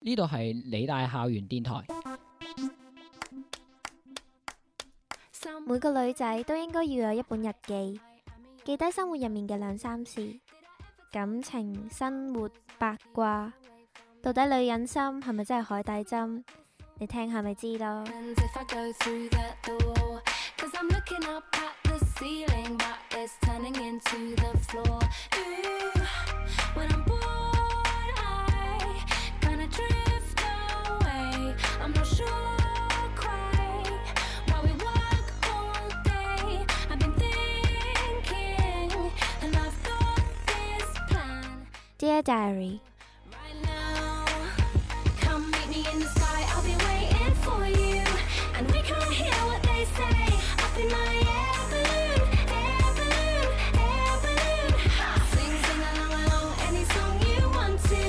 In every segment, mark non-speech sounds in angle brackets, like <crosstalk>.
呢度係理大校園電台。每個女仔都應該要有一本日記，記低生活入面嘅兩三事，感情、生活、八卦。到底女人心係咪真係海底針？你聽下咪知咯。 And if I go through that door, cause I'm looking up at the ceiling, but it's turning into the floor. Ooh, when I'm bored, I kinda drift away. I'm not sure quite why we work all day. I've been thinking, and I've got this plan. Dear Diary， Right now, come meet me in the sky. I'll be waiting for you, and we can't hear what they say. Up in my air balloon, air balloon, air balloon. Sing, sing along, along any song you want to.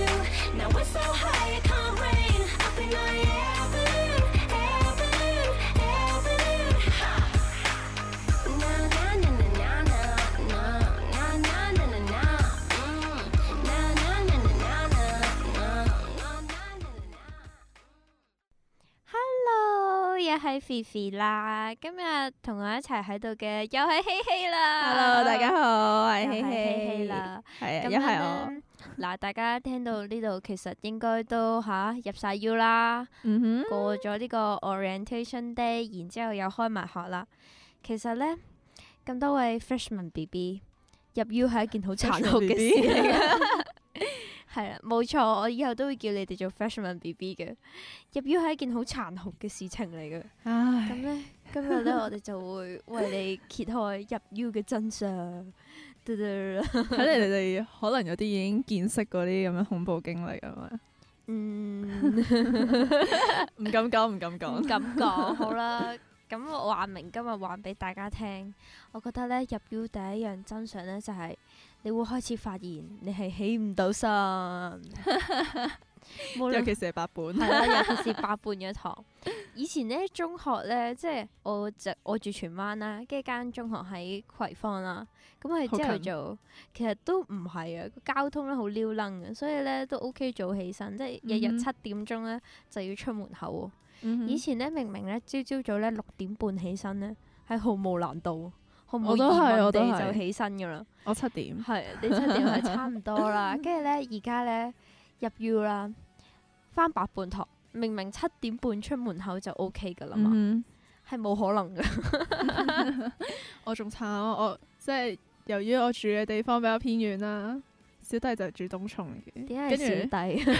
Now we're so high it can't rain. Up in my air balloon, air balloon, air balloon. Na na na na na na na na na na na. Mm. Na na na na na na na na na na. Hello，又係肥肥啦，今日同我一齊喺度嘅又係希希啦。 Hello，大家好，我又係希係希希希，啦。係啊，咁又係樣我，呢嗱，大家聽到呢度其實應該都吓、入晒腰啦，嗯哼，過咗呢個 orientation day，然之後又開埋學啦。其實呢，咁多位 freshman B B 入腰係一件好 <laughs> 殘酷嘅事 Freshman BB 嚟㗎。 <laughs> 係啦，冇錯，我以後都會叫你哋做 freshman B B 嘅。入腰係一件好殘酷嘅事情嚟嘅。咁唉，呢，今日 <laughs> 呢，我哋就會為你揭開入腰嘅真相。嘟嘟睇嚟你哋可能有啲已經見識嗰啲咁樣恐怖經歷啊 <laughs> 嘛，嗯。唔敢講，唔敢唔講，敢講，好啦。咁我話明今日話俾大家聽，我覺得咧入 U 第一樣真相咧就係、你會開始發現你係起唔到 <laughs> 身，無尤論其是係八本，係啦，尤其是八半嘅堂。以前咧中學咧，即係我就我住荃灣啦，跟住間中學喺葵芳啦。咁我哋朝頭好近早其實都唔係啊，個交通咧好撩楞嘅，所以咧都 OK 早起身，即係日嗯日哼七點鐘咧就要出門口喎。嗯哼以前咧，明明咧朝朝早咧六點半起身咧，係毫無難度，毫無我疑都係問我都地係就起身噶啦。我七點，係 <laughs> 你七點係差唔多 <laughs> 啦。跟住咧，而家咧入 U 啦，翻白半堂，明明七點半出門口就 O K 噶啦嘛，嗯係冇、可能 <laughs> 噶。哼， <laughs> 我仲慘啊，我即係由於我住嘅地方比較偏遠啦，小弟就住東涌嘅，點跟解係住。小弟？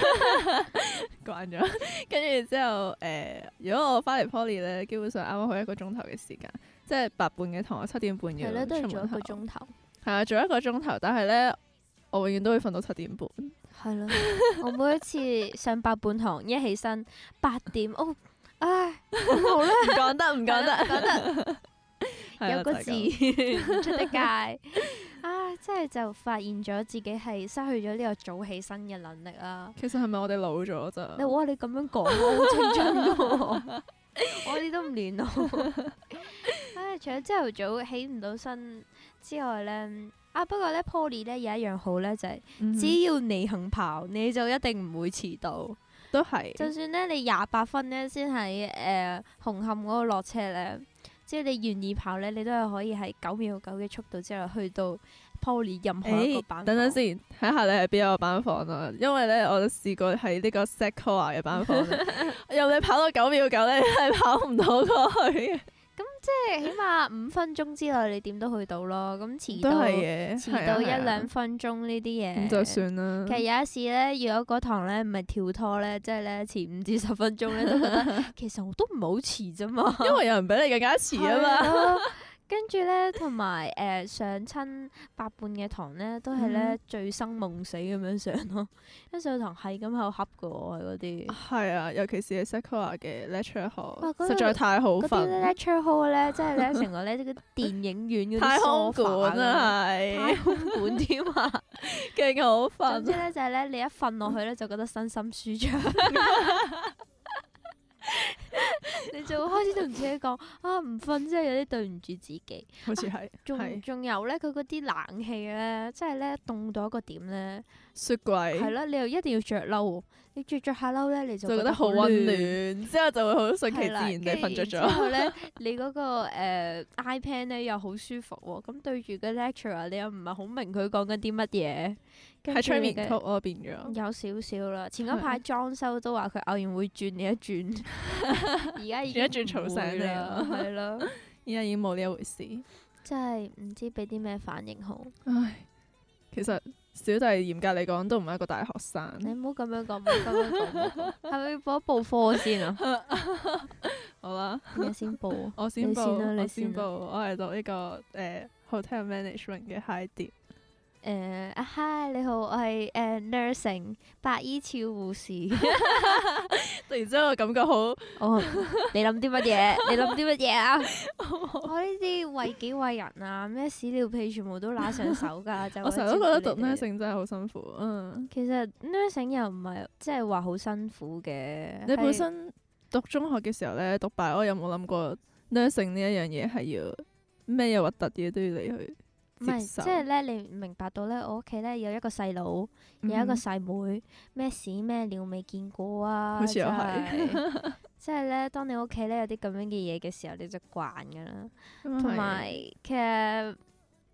慣咗， <laughs> 跟住之後誒、呃如果我翻嚟 poly 咧，基本上啱啱好一個鐘頭嘅時間，即係八半嘅堂，我七點半要係 <laughs> 咯，都係出做一門個口。鐘頭。係啊，做一個鐘頭，但係咧，我永遠都會瞓到七點半。係咯， <laughs> 我每一次上白半堂一起身八點，哦，唉，好好啦，唔講得，唔講係啦講得。得 <laughs> 有個字啊 <laughs> 係唔出得界啊！真係就發現咗自己係失去咗呢個早起身嘅能力啦。其實係咪我哋老咗咋？你哇！你咁樣講，我好青春嘅 <laughs> 喎，我啲都唔練咯。 <laughs> 唉，除咗朝頭早起唔到身之外呢，啊不過呢 Poly 呢有一樣好呢，就係、嗯哼只要你肯跑，你就一定唔會遲到。都係，就算咧你廿八分咧先喺誒紅磡嗰度落車咧，即係你願意跑咧，你都係可以喺九秒九嘅速度之後去到 Poly 任何一個誒版。等等，先，睇下你係邊一個班房啦。因為咧，我試過喺呢個 set core 嘅班房 <laughs> 呢，任你跑到九秒九咧，你係跑唔到過去嘅。即係起碼五分鐘之內你點都去到咯。咁 <laughs> 遲都到係嘅，遲係啊到一係啊兩分鐘呢啲嘢咁就。算啦其。實有一次咧，如果嗰堂咧唔係跳拖咧，即係咧遲五至十分鐘咧，都覺 <laughs> 得其實我都唔係好遲啫嘛。因為有人比你更加遲啊嘛。嘛。跟住咧，同埋誒上親八半嘅堂咧，都係咧嗯醉生夢死咁樣上咯。 <laughs> 一上堂係咁喺度恰嘅喎，我係嗰啲係啊，尤其是係 Sakura 嘅 lecture 哇嗰度學，實在太好嗰啲咧瞓， lecture hall 咧，即係咧成個咧啲電影院嗰太啲空 sofa 館咁樣，啦，太係啊空館添 <laughs> 啊！勁好總之瞓。咧就係咧，你一 <laughs> 瞓落去咧就覺得身心舒暢。 <laughs> 你就會開始同自己講啊，唔瞓真係有啲對唔住自己。好似係仲係仲有咧，佢嗰啲冷氣咧，即係咧凍到一個點咧，雪櫃係，啦，你又一定要着褸喎。你着着下褸咧，你就就覺得好温温暖，之後就會好順其係自啦然地跟住瞓着然之咗。後咧，你嗰、個、呃、iPad 咧又好舒服喎、咁對住個 lecturer 你又唔係好明佢講緊啲乜嘢，跟 <laughs> 住喺催你眠嘅曲咯變咗，有少少啦。前嗰係排裝修都話佢偶然會轉你一轉， <laughs> 而家已經轉一轉嘈唔會醒你啦啊，係咯，依家已經冇呢一回事。真係唔知俾啲咩反應好。唉，其實小弟嚴格嚟講都唔係一個大學你生。唔好咁樣講，唔好咁樣講唔好講，係咪要報一報課先啊？ <laughs> 好啦，咩先報啊？我先你報，先啦我你先先報，啦我係讀呢個誒 hotel management 嘅 high dip。誒啊嗨，你好，我係誒 nursing 白衣俏護士。突然之間我感覺好 <laughs> 哦，你諗啲乜嘢？你諗啲乜嘢啊？我呢啲為己為人啊，咩屎尿屁全部都揦上手 <laughs> 㗎，就 <laughs> 我為成日都覺得照顧讀你哋 nursing 真係好辛苦，嗯，其實 nursing 又唔係即係話好辛苦嘅。你本係身讀中學嘅時候咧，讀 bio 有冇諗過 nursing 呢一樣嘢係要咩嘢核突嘢都要你去唔接係受？即係咧，你明白到咧，我屋企咧有一個細佬，嗯有一個細妹，咩屎咩尿未見過啊！好似又真係係 <laughs> 即係咧，當你屋企咧有啲咁樣嘅嘢嘅時候，你就慣㗎啦。同同埋其實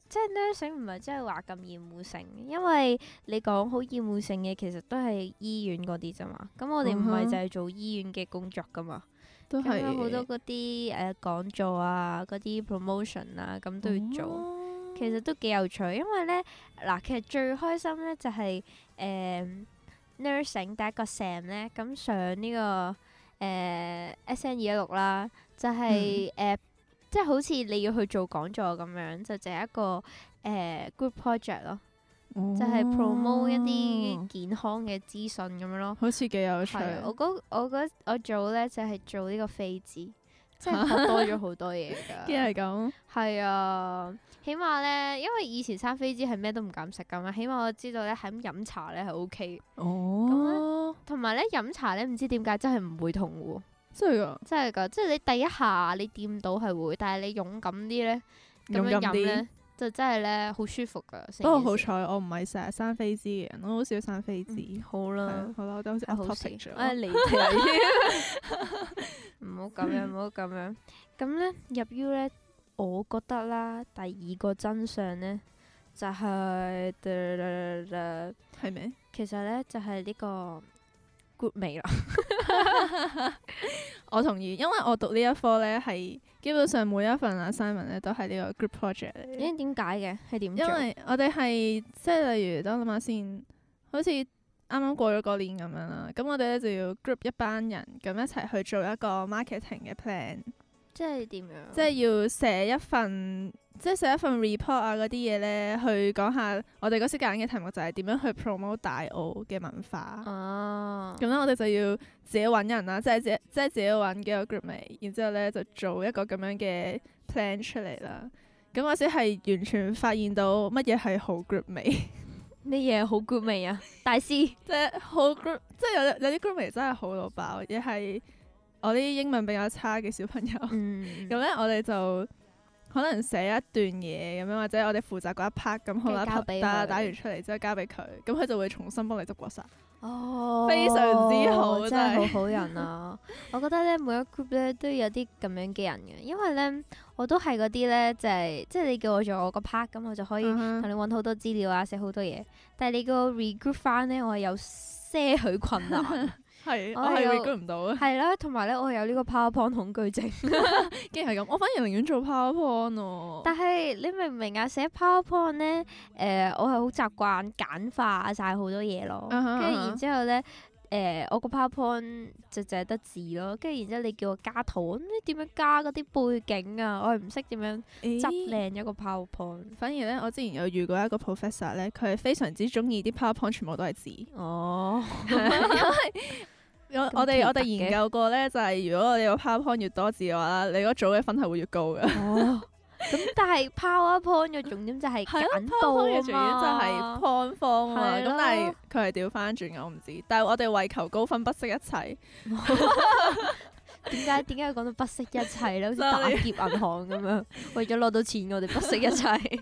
即係 nursing 唔係真係話咁厭惡性，因為你講好厭惡性嘅其實都係醫院嗰啲啫嘛。咁我哋唔係嗯哼就係做醫院嘅工作噶嘛，都咁係有好多嗰啲誒講座啊、嗰啲 promotion 啊，咁都要做。哦其實都幾有趣，因為咧嗱，其實最開心咧就係、誒、nursing 第一個 sam 咧，咁上呢、個誒、SN 二一六啦，就係、誒、嗯即係好似你要去做講座咁樣，就淨係一個誒、group project 咯，就係 promote 一啲哦健康嘅資訊咁樣咯。好似幾有趣，係，我嗰我嗰我做咧就係、做呢個飛紙，即係 <laughs> 學多咗好多嘢㗎。啲係咁，係啊，起碼咧，因為以前生飛滋係咩都唔敢食噶嘛，起碼我知道咧，係咁飲茶咧係 O K，哦，同埋咧飲茶咧唔知點解真係唔會痛嘅喎，真係噶，真係㗎，即係你第一下你掂到係會，但係你勇敢啲咧，咁勇樣敢飲啲。咧就真係咧好舒服㗎。不成過件好事彩，我唔係成日生飛枝嘅人，我好少生飛枝嗯。好係啦啊。好啦，我哋好似 off 好事 topic 咗。哎離題 <laughs> 唔好咁樣，唔好咁樣。咁呢，入 U 呢，我覺得啦，第二個真相呢，就係、係咩？其實呢，就係、呢個啊 good 味啦。 <laughs> 我同意，因為我讀呢一科咧係基本上每一份 assignment 咧都係呢個 group project 嚟嘅。咦？點解嘅？係點做？因為我哋係即係例如，等我諗下先，好似啱啱過咗嗰年咁樣啦。咁我哋咧就要 group 一班人咁一齊去做一個 marketing 嘅 plan，即係點樣？即係要寫一份即係寫一份 report 啊嗰啲嘢咧，去講下我哋嗰時揀嘅題目就係點樣去 promote 大澳嘅文化。啊，咁咧，我哋就要自己揾人啦，即係自己即係自己揾幾個 group 嚟，然之後咧就做一個咁樣嘅 plan 出嚟啦。咁或者係完全發現到乜嘢係好 group 味，咩嘢好 good 味啊？大師， <laughs> 即係好 group，即係有有啲 group 味真係好到爆，亦係我啲英文比較差嘅小朋友。咁嗯，咧，我哋就可能寫一段嘢咁樣，或者我哋負責嗰一 part 咁好跟啦，住交俾打佢打完出嚟之後交俾佢，咁佢就會重新幫你執過晒。哦，非常之好真真係係好好人 <laughs> 啊！我覺得咧，每一個 group 咧都有啲咁樣嘅人嘅，因為咧我都係嗰啲咧就係、即係你叫我做我個 part 咁，我就可以啊嗯同哼你揾好多資料啊，寫好多嘢。但係你叫我 regroup 翻咧，我係有些許困難， <laughs> 係，我我係有 regroup 唔到啊。係啦，同埋咧我有呢個 PowerPoint 恐懼症。既係咁，我反而寧願做 PowerPoint 咯。但係你明唔明啊？寫 PowerPoint 咧，誒、我係好習慣簡化晒好多嘢咯，啊哈跟住啊哈然之後咧。誒、我個 PowerPoint 就淨係得字咯，跟住然之後你叫我加圖，咁你點樣加嗰啲背景啊？我係唔識點樣咦執靚一個 PowerPoint。反而咧，我之前有遇過一個 professor 咧，佢係非常之中意啲 PowerPoint 全部都係字。哦，咁我我哋奇我特嘅哋研究過咧，就係如果你個 PowerPoint 越多字嘅話啦，你嗰組嘅分係會越高嘅。 <laughs> 哦，咁但係 PowerPoint 嘅重點就係係咯簡 <laughs> ，PowerPoint 嘅重度要就啊係嘛。 point form 啊嘛。係咁咯但係佢係調翻轉嘅，我唔知。但係我哋為求高分不惜一切， <laughs> 點解點解要講到不惜一切咧？好似打劫銀行咁樣，為咗攞到錢，我哋不惜一 <laughs> 切。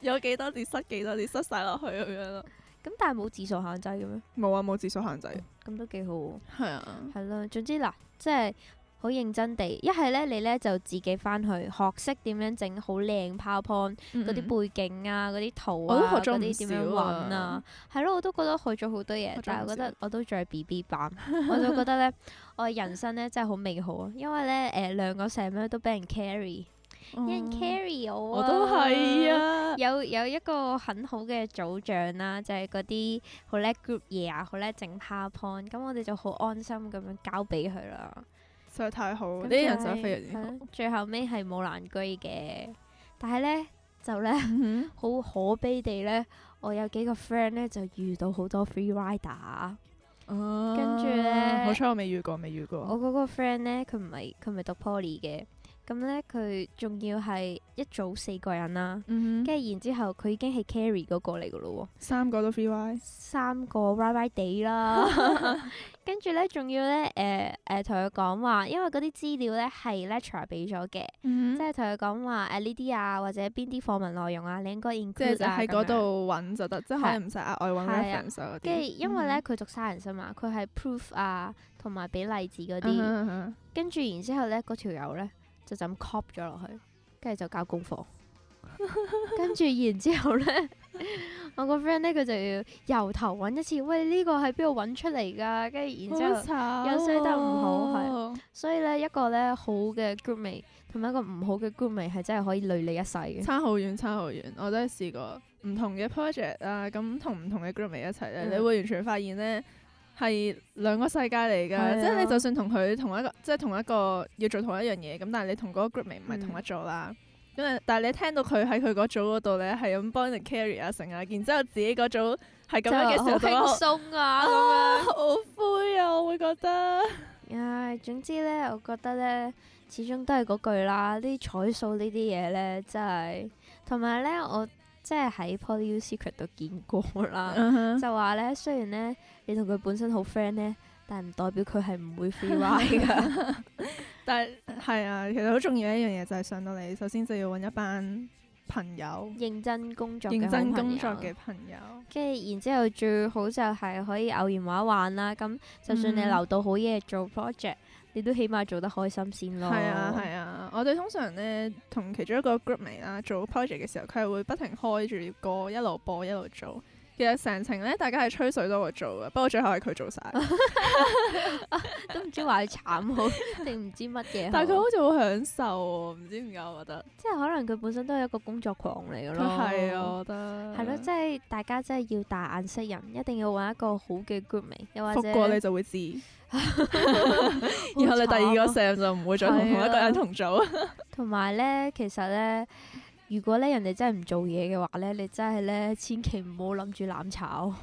有幾多字塞幾多字塞晒落去咁樣咯。咁但係冇字數限制嘅咩？冇啊，冇字數限制。咁都幾好喎。係啊，係咯，總之嗱，即係好認真地，一係咧你咧就自己翻去學識點樣整好靚 PowerPoint 嗰嗰啲背景啊、嗰啲圖嗯我都啊、學咗嗰唔啲點樣少揾啊啊，係咯，我都覺得學咗好多嘢學咗，但係唔我覺少得我都仲係 B B <laughs> 版，我就覺得咧，我嘅人生咧真係好美好啊，因為咧誒兩個成日都俾人 carry，有人 carry 我嗯哦我啊，都係。啊。有有一個很好嘅組長啦，就係嗰啲好叻 group 嘢啊，好叻整 PowerPoint，咁我哋就好安心咁樣交俾佢啦。實在太好，哦咁呢啲人就實在係係非常之好。咯最後尾係冇難居嘅，但係呢，就呢，嗯好 <laughs> 可悲地呢，我有幾個 friend 呢就遇到好多 free 哦 rider。哼跟住呢好彩我未遇過，未遇我過。嗰個 friend 呢，佢唔係佢唔係讀 poly 嘅，咁呢，佢仲要係一組四個人啦，嗯哼跟住然之後佢已經係 carry 嗰個嚟噶咯喎。三個都 free y 三個歪歪地 <laughs> 啦，跟住咧仲要咧誒誒同佢講話，因為嗰啲資料咧係 lecturer 俾咗嘅，嗯即哼係同佢講話誒呢啲啊或者邊啲課文內容啊，你應該 include 即係就啊喺咁嗰。樣度揾就得，即係可能唔使額外揾係啊 reference 啊嗰啲。跟住因為咧嗯佢讀 science 啊嘛，佢係 proof 啊同埋俾例子嗰嗯哼啲，嗯哼跟住然之後咧嗰條友咧就就咁 cop 咗落去，跟住就交功課。 <laughs> 跟住然之後咧， <laughs> 我個 friend 咧佢就要由頭揾一次，喂呢、個喺邊度揾出嚟㗎？跟住然之後。後又衰得唔好係所以咧，一個咧好嘅 groupmate 同埋一個唔好嘅 groupmate 係真係可以累你一世嘅。差好遠，差好遠。我都係試過唔同嘅 project 啊，咁同唔同嘅 group 一齊咧，嗯你會完全發現咧係兩個世界嚟㗎。係啊即係你就算同佢同一個，即係同一個要做同一樣嘢，咁但係你同嗰個 group 唔嗯係同一組啦。咁啊但係你聽到佢喺佢嗰組嗰度咧，係咁幫人 carry 啊成啊，然之後自己嗰組係咁樣嘅時候就覺得好輕好鬆啊咁啊樣。好灰啊，我會覺得。唉，總之咧，我覺得咧，始終都係嗰句啦。呢啲彩數呢啲嘢咧，真係同埋咧，我即係喺 Poly U Secret 度見過 <laughs> 啦，Uh-huh 就話咧，雖然咧你同佢本身好 friend 咧，但係唔代表佢係啊唔會 free ride <laughs> 㗎。但係係啊，其實好重要一樣嘢就係上到嚟，首先就要揾一班朋友，認真工作嘅認好朋真工友作嘅朋友。跟住然之後最好就係可以偶然玩一玩啦。咁就算你嗯留到好嘢做 project，你都起碼做得開心先咯。係啊係啊，我哋通常咧同其中一個 group 嚟啦，做 project 嘅時候，佢係會不停開住歌，一路播一路做。其實成程咧，大家係吹水多過做嘅，不過最後係佢做晒。啊都唔知話佢慘好 <laughs> 定唔知乜嘢好。但係佢好似好享受喎，唔知點解我覺得。即係可能佢本身都係一個工作狂嚟嘅佢咯。係啊，。我覺得。係咯，即係大家真係要大眼識人，一定要揾一個好嘅 groupmate，又或者啊復過你就會知， <laughs> 然後你第二個 Sam 就唔會再同同一個人同組。同埋咧，其實咧，如果咧人哋真係唔做嘢嘅話咧，你真係咧千祈唔好諗住攬 <laughs> 炒，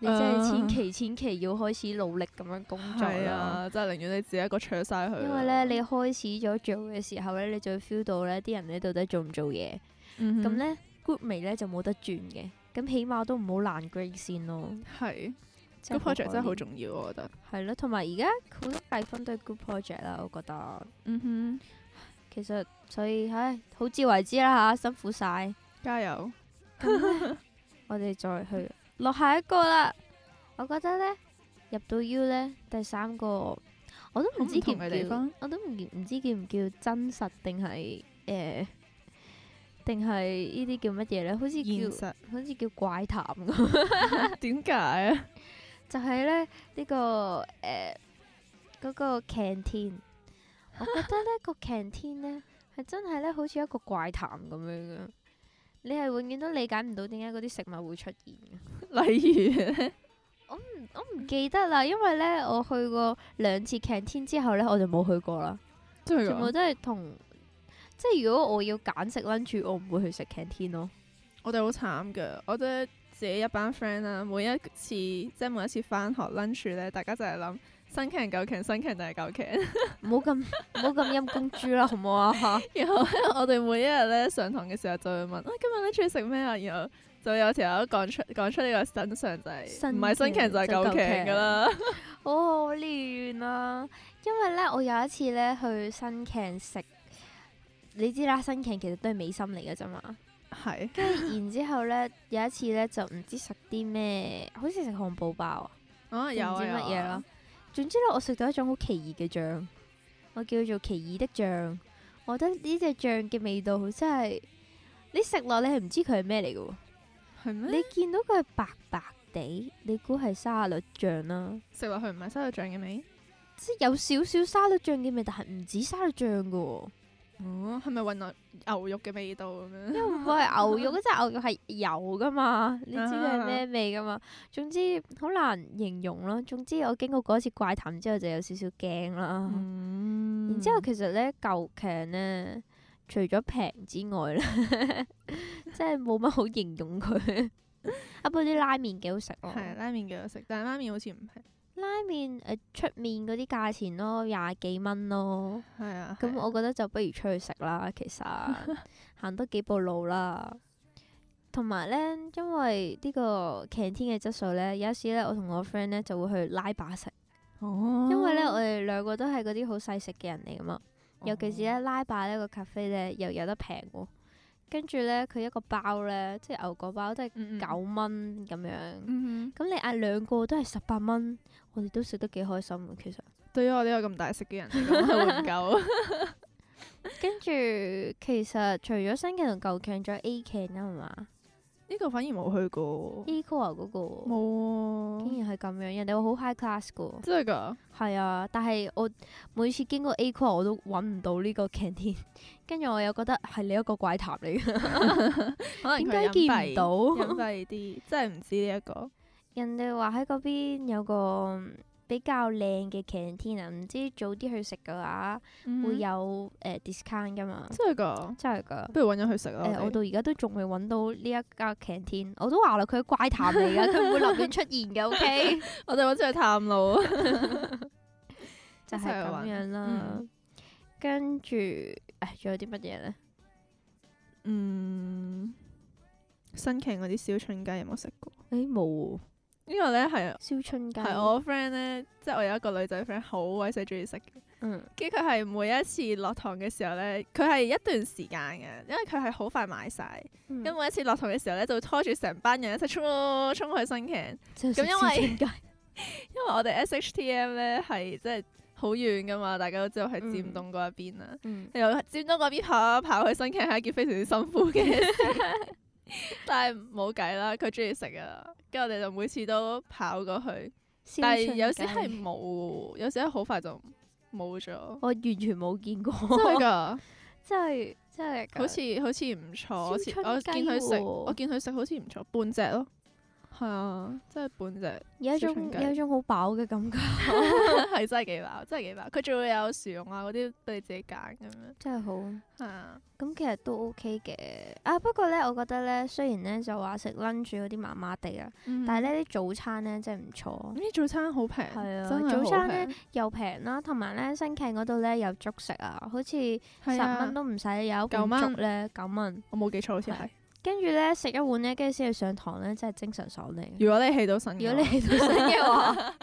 你真係千祈千祈要開始努力咁樣工作啊係啦。啊，真係寧願你自己一個搶晒佢啦。因為咧，你開始咗做嘅時候咧，你就會 feel 到咧啲人咧到底做唔做嘢。嗯哼咁咧 group 眉咧就冇得轉嘅，咁起碼都唔好爛 grade 先咯。係真係 group 好 project 真係好可憐重要，我覺得。係咯，同埋而家好多計分都係 group project 啦，我覺得嗯其實所以唉，好自為之啦嚇，辛苦晒。哼，加油！ <laughs> 我哋再去落下一個啦。我覺得呢，入到 U 呢，第三個我都唔知叫好唔同嘅唔地叫方，我都唔唔知叫唔叫真實定係誒，定係呢啲叫乜嘢呢？好似現叫實 <laughs> 好似叫怪談咁，點解啊？就係呢，呢、個誒嗰、個 canteen，我覺得呢個 <laughs> canteen 呢，係真係呢，好似一個怪談咁樣嘅，你係永遠都理解唔到點解嗰啲食物會出現嘅。 <laughs> 例如咧，我唔記得啦，因為咧我去過兩次 canteen 之後咧，我就冇去過啦。即全部係都係啊同即係如果我要揀食 lunch，我唔會去食 canteen 咯。我哋好慘㗎，我哋自己一班 friend 啦，每一次即係每一次翻學 lunch 咧，大家就係諗新 can 舊 can 新 can 定係舊 can，唔好咁唔好咁陰公豬啦，好唔好啊？ <laughs> 然後咧我哋每一日咧上堂嘅時候就會問啊今日 lunch 食咩啊，然後就有條友講出講出呢個真相就係新唔係新 can can 就係就舊舊 can 㗎 can 啦。哦好可憐啊！啦，因為咧我有一次咧去新 can 食，你知啦，新 can 其實都係美心嚟嘅啫嘛。 <clears throat> 係 <laughs> 跟住然之後咧，有一次咧就唔知食啲咩，好似食漢堡包啊，啊定有唔啊知乜嘢有啦啊。總之咧，我食到一種好奇異嘅醬，我叫做奇異的醬。我覺得呢隻醬嘅味道真係，你食落你係唔知佢係咩嚟嘅喎。係咩？你見到佢係白白地，你估係沙律醬啦，食落去唔係沙律醬嘅味？即係有少少沙律醬嘅味，但係唔止沙律醬嘅喎。哦，係咪混落牛肉嘅味道咁樣？因 <laughs> 為唔係牛肉，嗰隻牛肉係油噶嘛，你知佢係咩味噶嘛？總之好難形容咯。總之我經過嗰次怪談之後，就有少少驚啦。嗯然之後其實咧舊劇咧，除咗平之外咧， <laughs> 真係冇乜好形容佢。啊，不過啲拉麵幾好食咯。係拉麵幾好食，但係拉麵好似唔平。拉麵誒出面嗰啲價錢咯，廿幾蚊咯。係啊，咁係我覺得就不如出去食啦，其 <laughs> 實行多幾步路啦。同埋呢，因為呢個 canteen 嘅質素呢，有時呢，我同我 friend 呢就會去拉霸食，哦因為呢，我哋兩個都係嗰啲好細食嘅人嚟噶嘛。尤其是哦呢，拉霸呢個 cafe 呢，又有得平喎，跟住呢，佢一個包呢，即係牛角包都係嗯嗯九蚊咁樣。嗯哼，咁你嗌兩個都係十八蚊，我哋都食得幾開心嘅其實。對於我呢個咁大食嘅人嚟講係會唔 <laughs> 夠。跟住其實除咗新嘅同舊劇，仲有 A 劇啦，係嘛呢個反而冇去過， ？A core 嗰個冇竟喎，然係咁樣，人哋話好 high class 噶，真係㗎。係啊！但係我每次經過 A core 我都揾唔到呢個 canteen，跟 <laughs> 住我又覺得係你一個怪談嚟嘅， <laughs> 可能點佢解隱見唔蔽隱到？蔽啲，真係唔知呢一個。 <laughs> 人哋話喺嗰邊有個比較靚嘅 canteen 啊，唔知早啲去食嘅話會有誒 discount 噶嘛？嗯真係㗎，真係㗎！不如揾咗去食誒、啦。呃我我哋到而家都仲未揾到呢一家 canteen，我都話啦，佢係怪談嚟 <laughs> 噶，佢唔會立亂出現嘅，OK？我哋揾咗去探路。啊就一係齊去咁玩樣啦嗯。跟住，誒，仲有啲乜嘢咧？嗯，新劇嗰啲小春雞有冇食過？誒，冇喎呢個咧係燒春雞，係我 friend 咧，即係我有一個女仔 friend 好鬼死中意食嘅。嗯跟住佢係每一次落堂嘅時候咧，佢係一段時間嘅，因為佢係好快買晒。嗯咁每一次落堂嘅時候咧，就會拖住成班人一齊衝衝去新劇，就因食咁因為燒春雞 <laughs> 為我哋 SHTM 咧係即係好遠噶嘛，大家都知道係嗯尖東嗰一邊啦。嗯由佔到嗰邊跑啊跑去新劇係一件非常之辛苦 <laughs> 嘅事，但係冇計啦，佢中意食啊，跟住我哋就每次都跑過去，燒但係有時春雞係冇，有時係好快就冇咗， <laughs> 我完全冇見過，真係哦㗎， <laughs> 真係真係㗎好似好似唔錯，好似燒春我雞見佢食，喎我見佢食好似唔錯，半隻咯，係啊，真係半隻， <laughs> 有一燒種春雞有一種好飽嘅感覺，係真係幾飽，真係幾飽，佢仲會有薯蓉啊嗰啲俾你自己揀咁樣，真係好。係啊，咁其實都 OK 嘅啊，不過咧，我覺得咧，雖然咧就話食 lunch 嗰啲麻麻地啊，但係咧咧啲早餐咧真係唔錯，呢早餐好平，係啊真係早餐好呢平又平啦，同埋咧新劇嗰度咧有粥食啊，好似十係啊蚊都唔使有一九碗蚊粥咧九蚊，我冇記錯好似係。跟住咧食一碗咧，跟住先去上堂咧，真係精神爽利。如果你起到身嘅如話，果你起到身嘅 <laughs> 話，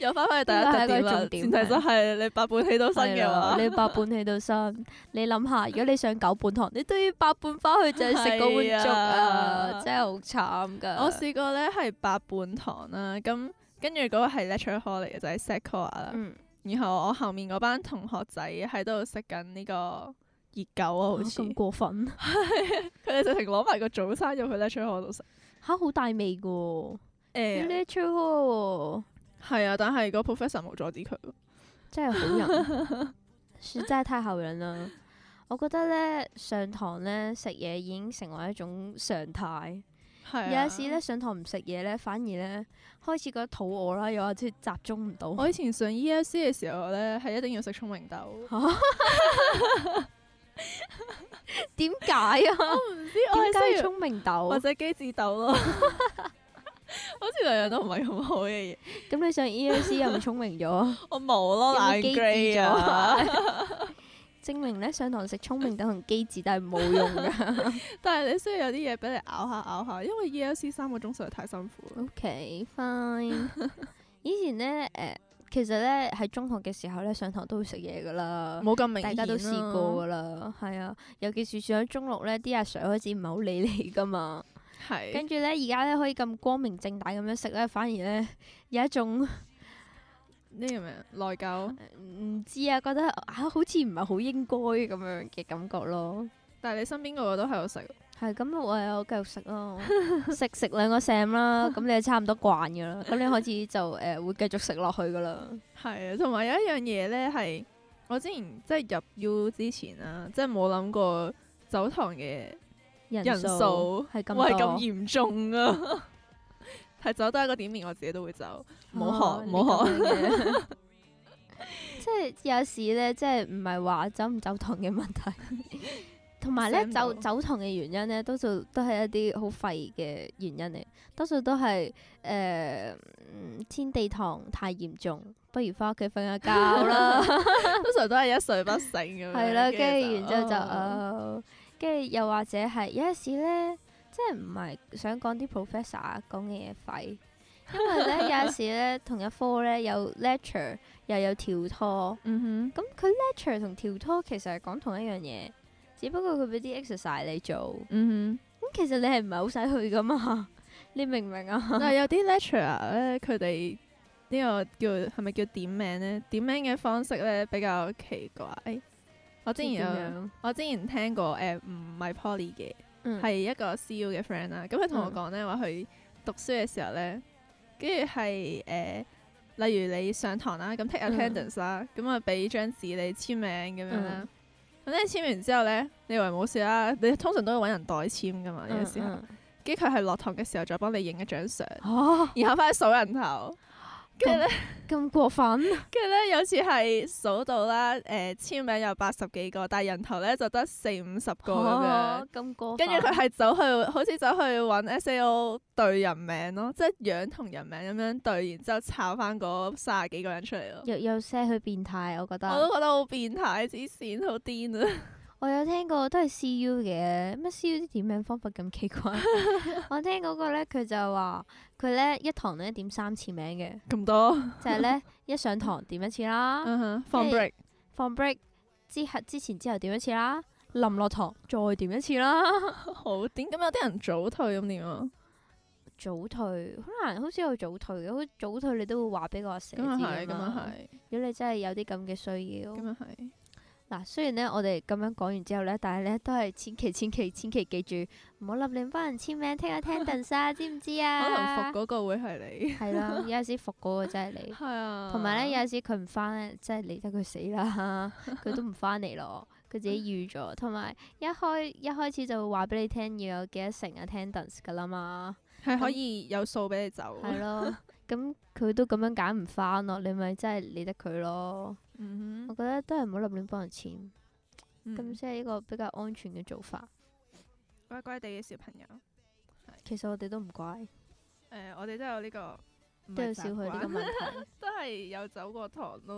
又翻返去第一呢個係特點一個啦重，點前提就係你八半起到身嘅係啦話，你八半起到身，你諗下，如果你上九半堂，你都要八半翻去就係食嗰碗粥係啊，啊真係好慘噶。我試過咧係八半堂啦，咁跟住嗰個係 lecture hall 嚟嘅，就係 set core 啦。嗯，然後我後面嗰班同學仔喺度食緊呢個熱狗啊，好似哦 <laughs> 咁過分佢哋直情攞埋個早餐入去 lecture hall 度食。吓，好大味啊噶。誒，呢出喎，係啊，但係個 professor 冇阻止佢喎。真係好人，實在太後人啦。我覺得咧上堂咧食嘢已經成為一種常態。係啊有時咧，上堂唔食嘢咧，反而咧開始覺得肚餓啦，又或者集中唔到。我以前上 ESC 嘅時候咧，係一定要食聰明豆。點解啊？唔知我點係解需要要聰明豆或？者機智豆咯，好 <laughs> 似兩樣都唔係咁好嘅嘢。咁你上 E A C 又唔聰明咗，有我冇咯，冇懶機智 grade 啊！咗？ <laughs> 證明咧上堂食聰明豆同機智都係冇用㗎。 <laughs> 但係你需要有啲嘢俾你咬下咬下，因為 E L C 三個鐘實在太辛苦啦。 OK fine。以前咧誒、呃其實咧喺中學嘅時候咧，上堂都會食嘢噶啦。冇咁明大家都顯啊試啦過噶啦，係啊，尤其是上咗中六咧，啲阿 Sir 開始唔係好理你噶 <laughs> 嘛，係跟住咧而家咧可以咁光明正大咁樣食咧，反而咧有一種呢個咩啊內疚。唔知啊，覺得啊好似唔係好應該咁樣嘅感覺咯。但係你身邊個個都喺度食，係咁，我我繼續食 <laughs> 咯，食食兩個 sam 啦，咁你就差唔多慣噶啦，咁你開始就誒、呃、會繼續食落去噶啦。係啊，同埋有一樣嘢咧係我之前即係入 U 之前啦，即係冇諗過走堂嘅人人數數係咁哇係咁多嚴重啊！ <laughs> 係走多一個點面，我自己都會走，冇哦學你冇學。咁樣嘅 <laughs> 即係有時咧，即係唔係話走唔走堂嘅問題， <laughs> 同埋咧想唔走到走堂嘅原因咧，多數都係一啲好廢嘅原因嚟，多數都係誒、呃嗯天地堂太嚴重，不如翻屋企瞓下覺啦，通常都係一睡不醒咁樣。係啦，跟住然之後就哦哦跟住又或者係有陣時咧，即係唔係想講啲 professor 講嘅嘢廢。因為咧有陣時咧同一科咧有 lecture 又有跳拖，嗯咁佢 lecture 同跳拖其實係講同一樣嘢，只不過佢俾啲 exercise 你做，哼， <laughs> 嗯咁其實你係唔係好使去噶嘛？ <laughs> 你明唔明啊？哼，但係有啲 lecturer 咧，佢哋呢個叫係咪叫點名咧？點名嘅方式咧比較奇怪。我之前點有樣？我之前聽過誒，唔係 poly 嘅，嗯係啊一個 CU 嘅 friend 啦。咁佢同我嗯講咧話，佢讀書嘅時候咧，跟住係誒，例如你上堂啦，咁 take 嗯 attendance 啦，咁啊俾張紙你簽名咁樣嗯啦。咁你簽完之後咧，你以為冇事啦，你通常都會揾人代簽噶嘛，有時候。 <laughs> 嗯跟住佢係落堂嘅時候再幫你影一張相，嗯啊然後翻去數人頭。跟住咧，咁過分，跟住咧，有次係數到啦，誒、簽名有八十幾個，但係人頭咧就得四五十個咁樣啊。咁過跟分，住佢係走去，好似走去揾 S.A.O 對人名咯，即係樣同人名咁樣對，然之後抄翻嗰三十幾個人出嚟咯。又又 set 佢變態，我覺我得。都覺得好變態，黐線，好癲啊！ <laughs> 我有聽過都係 CU 嘅，乜 CU 啲點名方法咁奇怪？ <laughs> 我聽嗰個咧，佢就話佢咧一堂咧點三次名嘅，咁多，就係 <laughs> 咧一上堂點一次啦，嗯哼，放跟住 break， <laughs> 放 break 之後之前之後點一次啦，臨落堂再點一次 <laughs> 啦，好癲。咁有啲人早退咁點啊？早退好難，好少有早退嘅，好似早退你都會話俾個阿 Sir 知咁啊係，㗎咁啊嘛。係，如果你真係有啲咁嘅需要，咁啊係。嗱，雖然咧我哋咁樣講完之後咧，但係咧都係千祈千祈千祈記住，唔好立亂幫人簽名 <laughs> take attendance 啊，知唔知可能啊？ <laughs> 服嗰個會係你，係啦，有陣時服嗰個真係你，係啊。同埋咧有陣時佢唔翻咧，真係理得佢死啦，佢都唔翻嚟咯，佢自 <laughs> 己預咗。同埋一開一開始就會話俾你聽要有幾多成 attendance 噶啦嘛，係可以有數俾你走。係哦咯，咁佢都咁樣揀唔翻咯，你咪真係理得佢咯。嗯我哼覺得都係唔好立亂幫人簽，咁嗯，先係一個比較安全嘅做法。乖乖地嘅小朋友，其實我哋都唔怪，誒，我哋都有呢個唔係都有少許習呢個慣問 <laughs> 題。都係有走過堂咯。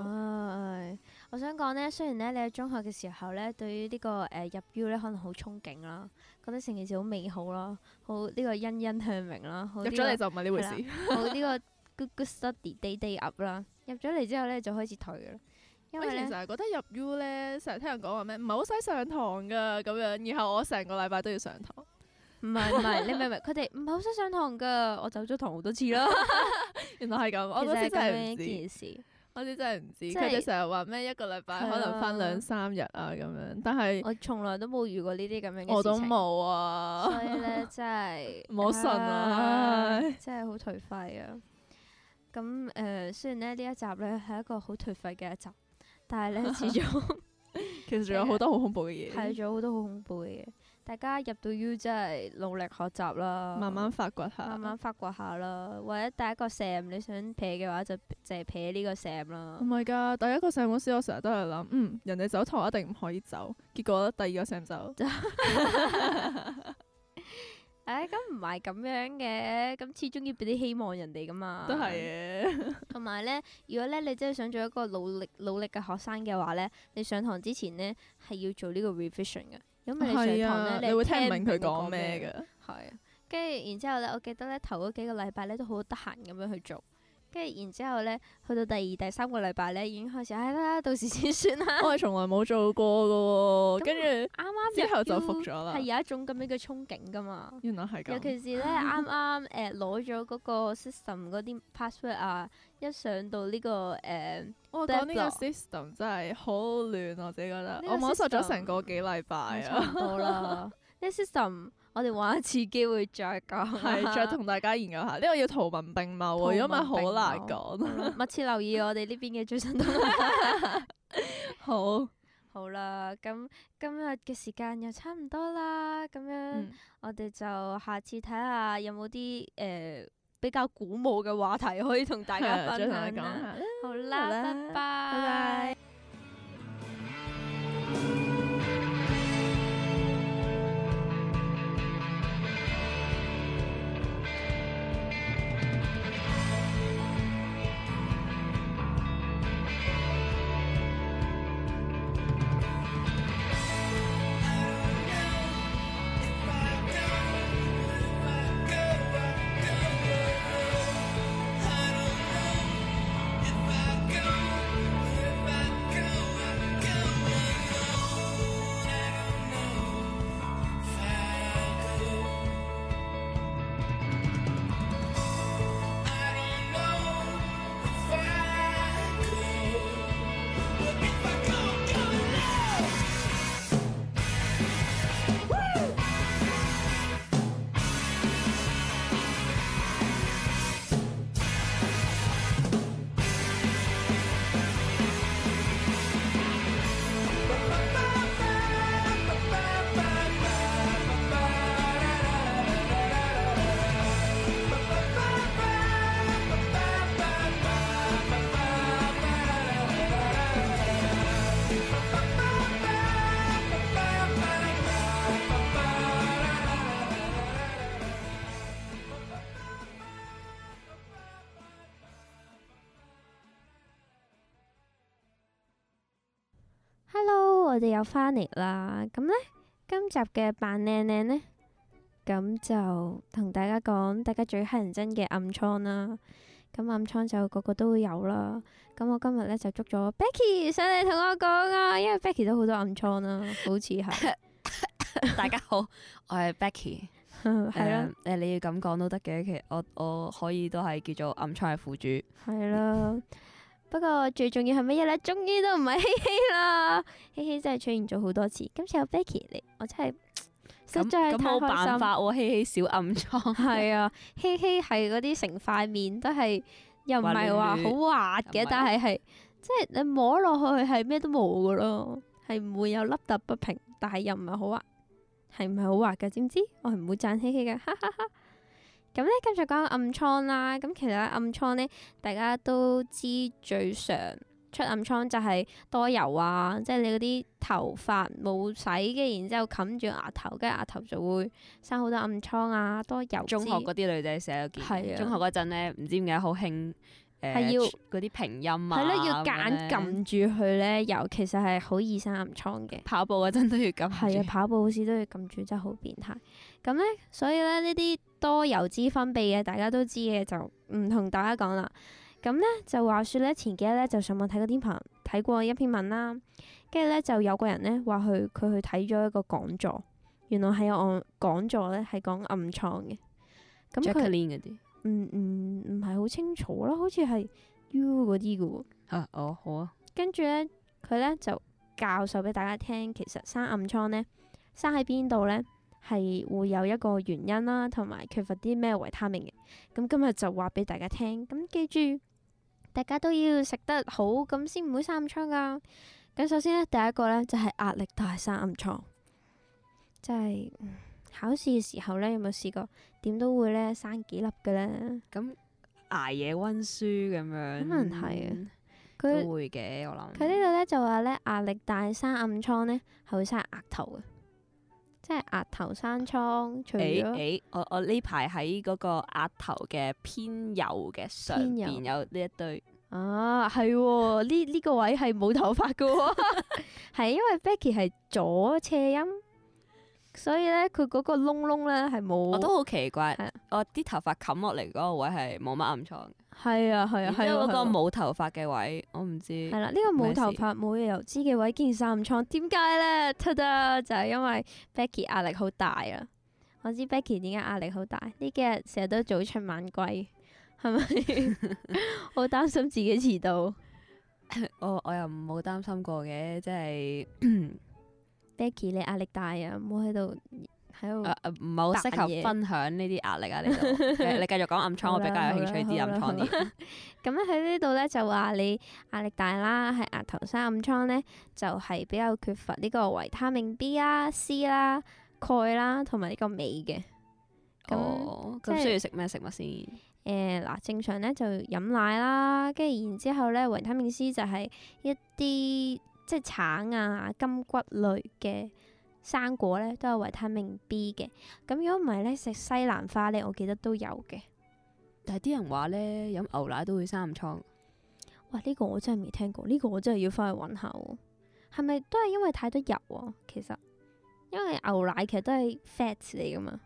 哦唉，我想講呢，雖然呢，你喺中學嘅時候呢，對於呢、個誒、呃入 U 呢，可能好憧憬啦，覺得成件事好美好啦，好呢、個欣欣向榮啦，好入呢、咗嚟個就唔係呢回啊係事。好呢個 good good study day day up 啦。入咗嚟之後呢，就開始退㗎啦，因我以為前呢，成日覺得入 U 咧，成日聽人講話咩唔係好使上堂噶咁樣，然後我成個禮拜都要上堂， <laughs> 唔係唔係，你明唔明？佢哋唔係好想上堂㗎，我走咗堂好多次啦。原來係咁。其 <laughs> 我實嗰係時咁真係樣唔一知，件事，我嗰時真係唔知。即佢哋係成日話咩一個禮拜係可能翻啊兩三日啊咁樣，但係我從來都冇遇過呢啲哦咁樣嘅事情。我都冇啊。 <laughs> 所以咧真係唔好信啊唉唉真係好頹廢啊！咁誒、呃，雖然咧呢一集咧係一個好頹廢嘅一集，但係咧 <laughs> 始終 <laughs> 其實仲有好多好恐怖嘅睇嘢，咗好多好恐怖嘅嘢。大家入到 U 真係努力學習啦，慢慢發掘下。啊慢慢發掘下啦。或者第一個 Sam 你想撇嘅話，就就係撇呢個 Sam 啦 Oh。my god！第一個上嗰時，我成日都係諗，嗯，人哋走堂我一定唔可以走。結果第二個上走，誒、咁唔係咁樣嘅，咁始終要俾啲希望人哋噶嘛。都係嘅。同埋咧，如果咧你真係想做一個努力努力嘅學生嘅話咧，你上堂之前咧係要做呢個 revision 嘅。因為你係上堂啊，咧，你會聽聽唔明佢講講咩㗎。嘅。係啊，跟住然之後咧，我記得咧頭嗰幾個禮拜咧都好得閒咁樣去做。跟住然之後咧，去到第二、第三個禮拜咧，已經開始，唉啦，到時先算啦。 <laughs> 我係從來冇做過咁噶喎，跟住啱啱之後就服服咗啦係。有一種咁樣嘅憧憬噶嘛。原來係啊尤咁，其是咧，啱啱呃誒攞咗嗰個 system 嗰啲 password 啊，一上到呢、個誒、呃我講呢個 Deadlock system 真係好亂，我自己覺呢得。個我摸索咗 system 成個幾禮拜差啊，唔多 <laughs> 啦。呢 system 我哋玩一次機會再講，係 <laughs> 再同大家研究下呢個要圖文並茂圖喎，如果唔文係並好難茂講。 <laughs> 密切留意我哋呢邊嘅最新動態。好，好啦，咁今日嘅時間又差唔多啦，咁樣、 <laughs> 嗯我哋就下次睇下有冇啲誒比較鼓舞嘅話題可以同大家係啊再分同你享講啦。下。好啦，好啦拜拜。拜，Hello，我哋又翻嚟啦。咁呢，今集嘅扮靚靚呢，咁就同大家講，大家最乞人憎嘅暗瘡啦。咁暗瘡就個個都會有啦。咁我今日呢，就捉咗 Becky 上嚟同我講啊，因為 Becky 都好多暗瘡啦，好似係大家好，我 <laughs> 係 Becky。係啊啦。誒、誒你要咁講都得嘅。其實我我可以都係叫做暗瘡嘅苦主。係啦，不過最重要係乜嘢呢？終於都唔係希希啦，希希真係出現咗好多次。今次有 Becky 嚟，我真係實咁在係咁太冇辦開法喎，希希小暗瘡。心。係啊，希希係嗰啲成塊面都係，又唔係話滑捋好滑又嘅唔係，但係係即係你摸落去係咩都冇噶咯，係唔會有凹凸不平，但係又唔係好滑，係唔係好滑嘅？知唔知？我係唔會讚希希嘅，哈哈哈。 <laughs> 咁咧，今日講暗瘡啦。咁其實暗瘡咧，大家都知最常出暗瘡就係多油啊，即係你嗰啲頭髮冇洗嘅，然之後冚住額頭，跟住額頭就會生好多暗瘡啊，多油脂。中學嗰啲女仔成日都見。係啊中學嗰陣咧，唔知點解好興誒，係要嗰啲平音啊。係咯，要咁揀樣呢。撳住佢咧，油其實係好易生暗瘡嘅。跑步嗰陣都要撳住。 <laughs> 係啊，跑步好似都要撳住，真係好變態。咁咧，所以咧呢啲多油脂分泌嘅，大家都知嘅，就唔同大家講啦。咁咧就話說咧，前幾日咧就上網睇嗰啲朋睇過一篇文啦，跟住咧就有個人咧話佢佢去睇咗一個講座，原來係有暗講座咧係講暗瘡嘅。咁佢 Jacqueline 嗰啲。唔唔唔係好清楚啦，好似係 U 嗰啲嘅喎。啊，哦，好啊。跟住咧，佢咧就教授俾大家聽，其實生暗瘡咧，生喺邊度咧係會有一個原因啦，同埋缺乏啲咩維他命嘅。咁今日就話俾大家聽，咁記住大家都要食得好，咁先唔會生暗瘡噶。咁首先咧，第一個咧就係、壓力大生暗瘡，即係嗯考試嘅時候咧，有冇試過點都會咧生幾粒嘅咧？咁捱夜温書咁樣。可能係啊。佢都會嘅，我諗。佢呢度咧就話咧壓力大生暗瘡咧係會生額頭嘅，即係額頭生瘡，除誒咗誒，我我呢排喺嗰個額頭嘅偏右嘅上偏右邊有呢一堆。啊係喎呢呢個 <laughs> 位係冇頭髮嘅喎，係因為 Becky 係左斜音，所以咧佢嗰個窿窿咧係冇，我都好奇怪哦係啊，我啲頭髮冚落嚟嗰個位係冇乜暗瘡嘅，係啊係啊然係之啊後嗰個係啊冇頭髮嘅位，我唔知係啦，呢、個咩冇事頭髮冇油脂嘅位件衫唔錯，點解咧？ <laughs> 得得就係因為 Becky 壓力好大啊！我知 Becky 點解壓力好大，呢幾日成日都早出晚歸，係 <laughs> 咪？好擔心自己遲到。我我又冇擔心過嘅，即係 Becky 你壓力大啊，唔好喺度喺度。啊啊唔係好扮適合嗯嘢分享呢啲壓力啊！ <laughs> 呢度你你繼續講暗瘡，我比較有興趣啲暗瘡啲。啲。 <laughs> 咁咧喺呢度咧就話你 <laughs> 壓力大啦，係額頭生暗瘡咧，就係、比較缺乏呢個維他命 B 啦、C 啦、鈣啦，同埋呢個鎂嘅。咁 <laughs> 哦，即咁係需要食咩食物先？誒呃嗱、正常咧就飲奶啦，跟住然之後咧維他命 C 就係一啲即係橙啊、金骨類嘅生果咧都有維他命 B 嘅。咁如果唔係咧食西蘭花咧，我記得都有嘅。但係啲人話咧，飲牛奶都會生暗瘡。哇！呢、個我真係未聽過，呢、個我真係要翻去揾下喎。係咪都係因為太多油啊？其實因為牛奶其實都係 fat 嚟噶嘛，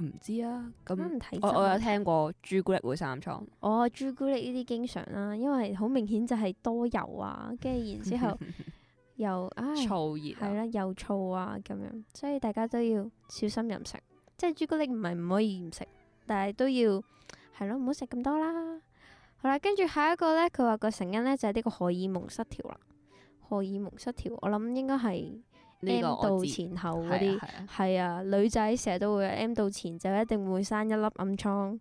唔知啊，咁唔咁睇嗯我真我有聽過朱古力會生暗瘡。哦，朱古力呢啲經常啦，因為好明顯就係多油啊，跟住然之 <laughs> 後又唉燥熱係啊，啦，又燥啊咁樣，所以大家都要小心飲食。即係朱古力唔係唔可以唔食，但係都要係咯，唔好食咁多啦。好啦，跟住下一個咧，佢話個成因咧就係呢個荷爾蒙失調啦。荷爾蒙失調，我諗應該係呢 M 個我到知。前後係嗰啊啲係啊係啊，女仔成日都會 M 到前就一定會生一粒暗瘡。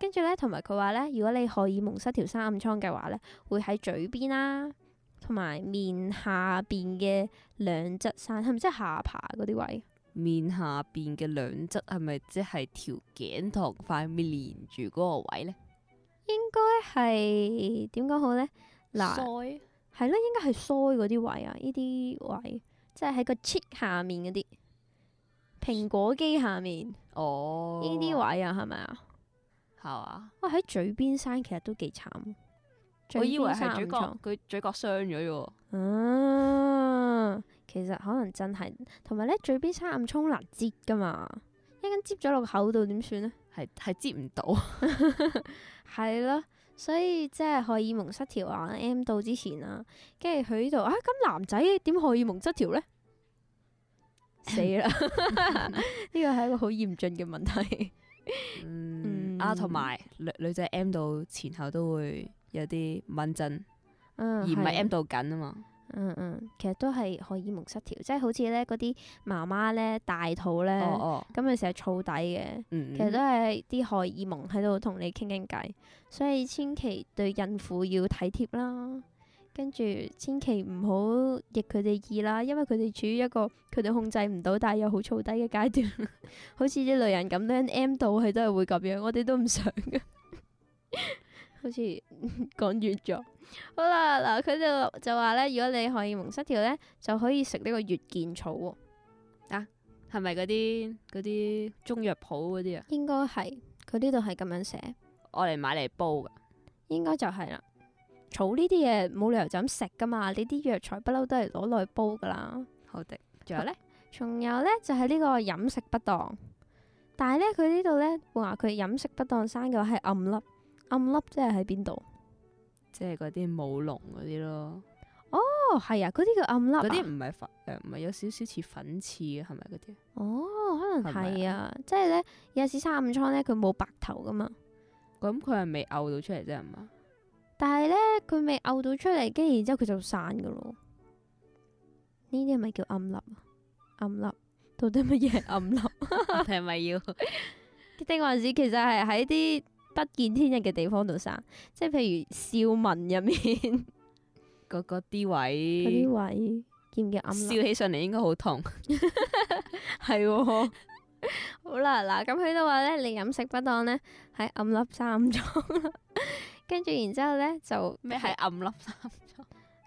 跟住咧，同埋佢話咧，如果你荷爾蒙失調生暗瘡嘅話咧，會喺嘴邊啦、同埋面下邊嘅兩側生，係咪即係下巴嗰啲位？面下邊嘅兩側係咪即係條頸同塊面連住嗰個位咧？應該係點講好咧？嗱，腮係咯，應該係腮嗰啲位啊，呢啲位，即係喺個 cheek 下面嗰啲，蘋果肌下面呢哦，啲位啊，係咪啊？係嘛？哇！喺嘴邊生其實都幾慘，我嘴以為邊生係暗嘴角瘡，佢嘴角傷咗啫喎。啊，其實可能真係，同埋咧嘴邊生暗瘡難擠噶嘛，一陣間擠咗落個口度點算呢？ <laughs> 係係接唔到，係咯，所以即係荷爾蒙失調啊，M 到之前啊，跟住佢呢度啊，咁男仔點荷爾蒙失 <laughs> 調呢？ <laughs> 死啦！呢個係一個好嚴峻嘅問題。嗯啊，嗯同埋女女仔 M 到前後都會有啲敏陣，嗯，而唔係係 M 到緊啊嘛。嗯嗯，其實都係荷爾蒙失調，即係好似咧嗰啲媽媽咧大肚咧，哦哦，咁咪成日燥底嘅，嗯，其實都係啲荷爾蒙喺度同你傾緊偈，所以千祈對孕婦要體貼啦，跟住千祈唔好逆佢哋意啦，因為佢哋處於一個佢哋控制唔到，但係又好燥底嘅階段， <laughs> 好似啲女人咁咧 M 到佢都係會咁樣，我哋都唔想嘅。 <laughs> 好似講完咗，好啦，嗱，佢就就話咧，如果你荷爾蒙失調咧，就可以食呢個月見草喎。係咪嗰啲嗰啲中藥鋪嗰啲啊？應該係佢呢度係咁樣寫，我嚟買嚟煲㗎。應該就係啦。草呢啲嘢冇理由就咁食噶嘛，你啲藥材不嬲都係攞落去煲噶啦。好的，仲有咧，仲有呢，就係、呢個飲食不當，但係呢，佢呢度呢話佢飲食不當生嘅話係暗粒，暗粒即係喺邊度？即係嗰啲舞龍嗰啲咯，哦，係啊，嗰啲叫暗粒啊、嗰啲唔係粉誒，唔係有少少似粉刺嘅係咪嗰啲？啊哦，可能係咪係啊，即係呢，有時生暗瘡呢，佢冇白頭噶嘛，咁佢係未嘔到出嚟啫，係 <laughs> 嘛？但係呢，佢未嘔到出嚟，跟住然之後佢就散噶咯。呢啲係咪叫暗粒啊？暗粒到底乜嘢係暗粒？啊係咪要？定還是其實係喺啲不見天日嘅地方度生，即係譬如笑紋入面 <laughs> 嗰嗰嗰啲位啲位，叫唔叫暗 <laughs> 笑粒？起上嚟應該好痛。 <laughs> 係喎。好啦，嗱，咁佢都話咧，你飲食不當咧，喺暗粒生暗瘡啦。 <laughs> 跟住然之後咧就咩係暗粒衫？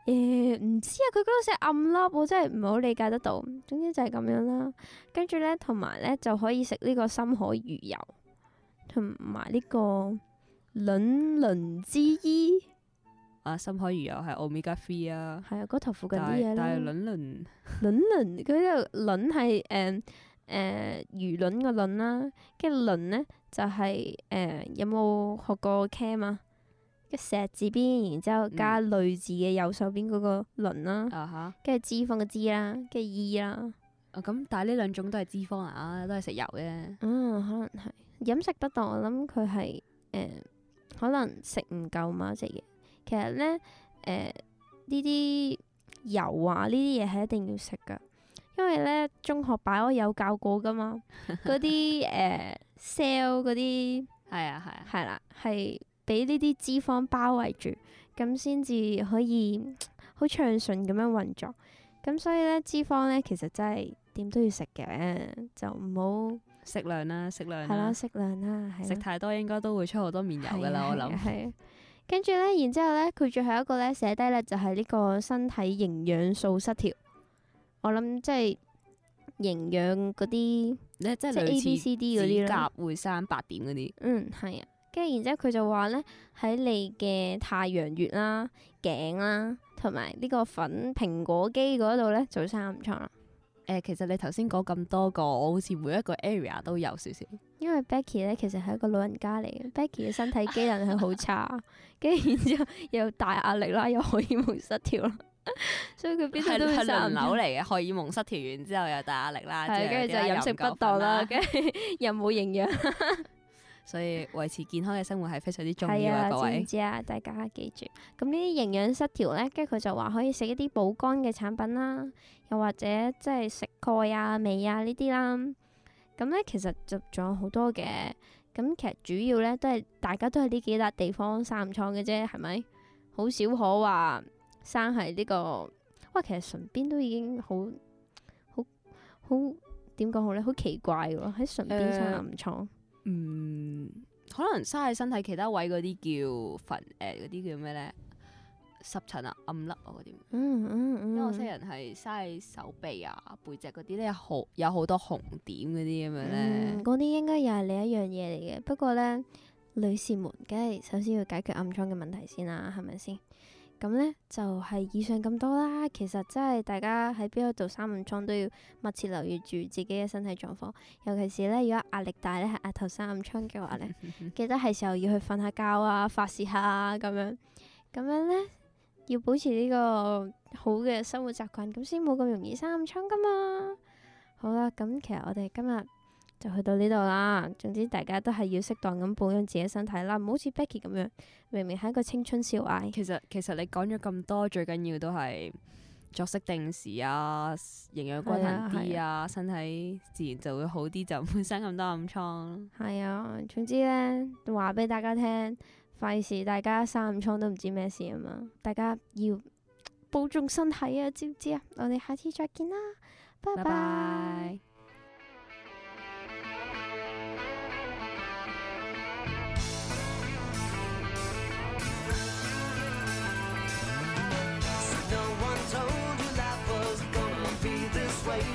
誒唔知啊，佢嗰度寫暗粒，我真係唔好理解得到。總之就係咁樣啦。跟住咧，同埋咧就可以食呢個深海魚油，同埋呢個卵輪之衣。啊，深海魚油係 omega three 啊，係啊，嗰頭附近啲但嘢啦係但係，輪輪輪輪佢呢度輪係誒誒輿論個論啦，跟住論咧就係、誒、有冇學過 cam 啊？跟住石字邊，然之後加嗯類字嘅右手邊嗰個輪啦，啊哈，跟住脂肪嘅脂啦，跟住 E 啦，啊咁，但係呢兩種都係脂肪啊，都係食油嘅。嗯，可能係飲食不當，我諗佢係呃誒可能食唔夠某一隻嘢。其實咧誒呢啲、油啊呢啲嘢係一定要食噶，因為咧中學擺我有教過噶嘛，嗰啲誒 cell 嗰啲係啊，係啊，係啦，係俾呢啲脂肪包圍住，咁先至可以嗯好暢順咁樣運作。咁所以咧脂肪咧其實真係點都要食嘅，就唔好。適量啦，適量係啦啦，，適量啦，係食啦啊太多應該都會出好多面油㗎啦，我係啊諗。係啊。跟住咧，然之後咧，佢最後一個咧寫低咧就係呢個身體營養素失調。我諗即係營養嗰啲，即咧即係係 A、B、類似 C、D 嗰指啲啦甲。會生白點嗰啲，嗯，係啊。跟住然之後佢就話咧，喺你嘅太陽穴啦、頸啦，同埋呢個粉蘋果肌嗰度咧，就生暗瘡啦。誒其實你頭先講咁多個，我好似每一個 area 都有少少。因為 Becky 咧其實係一個老人家嚟嘅，Becky 嘅身體機能係好差，跟住然之後又大壓力啦，又荷爾蒙失調啦，所以佢邊係度都會係生輪流暗瘡。嚟嘅，啊荷爾蒙失調完之後又大壓力啦，係，跟住就飲飲食不當啦，，跟住又冇營養。所以維持健康嘅生活係非常之重係要啊，啊，各知唔位。知啊？大家記住。咁呢啲營養失調咧，跟住佢就話可以食一啲補肝嘅產品啦，又或者即係食鈣啊、鎂啊呢啲啦。咁咧其實就仲有好多嘅。咁其實主要咧都係大家都係呢幾笪地方生暗瘡嘅啫，係咪？好少可話生係呢、個。哇，其實唇邊都已經好好好點講好咧，好奇怪喎！喺唇邊生誒暗瘡。嗯，可能生喺身體其他位嗰啲叫粉誒嗰啲叫咩咧？濕疹啊、暗粒啊嗰啲，嗯嗯嗯。因為我識人係生喺手臂啊、背脊嗰啲咧，好有好多紅點嗰啲咁樣咧。嗯，嗰啲應該又係另一樣嘢嚟嘅。不過呢，女士們梗係首先要解決暗瘡嘅問題先啦，係咪先？咁呢，就係、以上咁多啦。其實真係大家喺邊一度生暗瘡都要密切留意住自己嘅身體狀況，尤其是呢，如果壓力大呢，係額頭生暗瘡嘅話 <laughs> 呢，記得係時候要去瞓下覺啊、發泄下啊咁樣。咁樣呢，要保持呢個好嘅生活習慣，咁先冇咁容易生暗瘡噶嘛。好啦，咁其實我哋今日就去到呢度啦。總之大家都係要適當咁保養自己身體啦，唔好似 Becky 咁樣，明明係一個青春少艾。其實其實你講咗咁多，最緊要都係作息定時啊，營養均衡係啊係啲啊，身體自然就會好啲，就唔會生咁多暗瘡。係啊，總之呢，話俾大家聽，費事大家生暗瘡都唔知咩事啊嘛。大家要保重身體啊，知唔知啊？我哋下次再見啦，拜拜拜拜。 No one told you life was gonna be this way.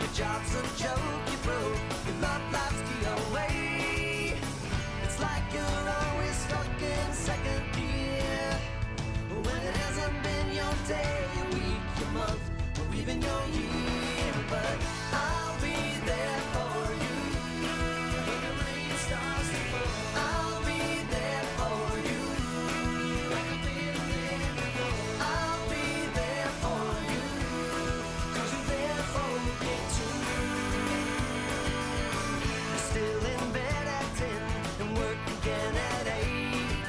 Your job's a joke, you broke, your love life's the away. It's like you're always stuck in second gear. When it hasn't been your day, your week, your month, or even your year. But I'll be there for you. When the rain starts to fall, I'll be there for you. Like I've been there I'll be there for you, cause you're there for me too. Still in bed at ten and work again at eight.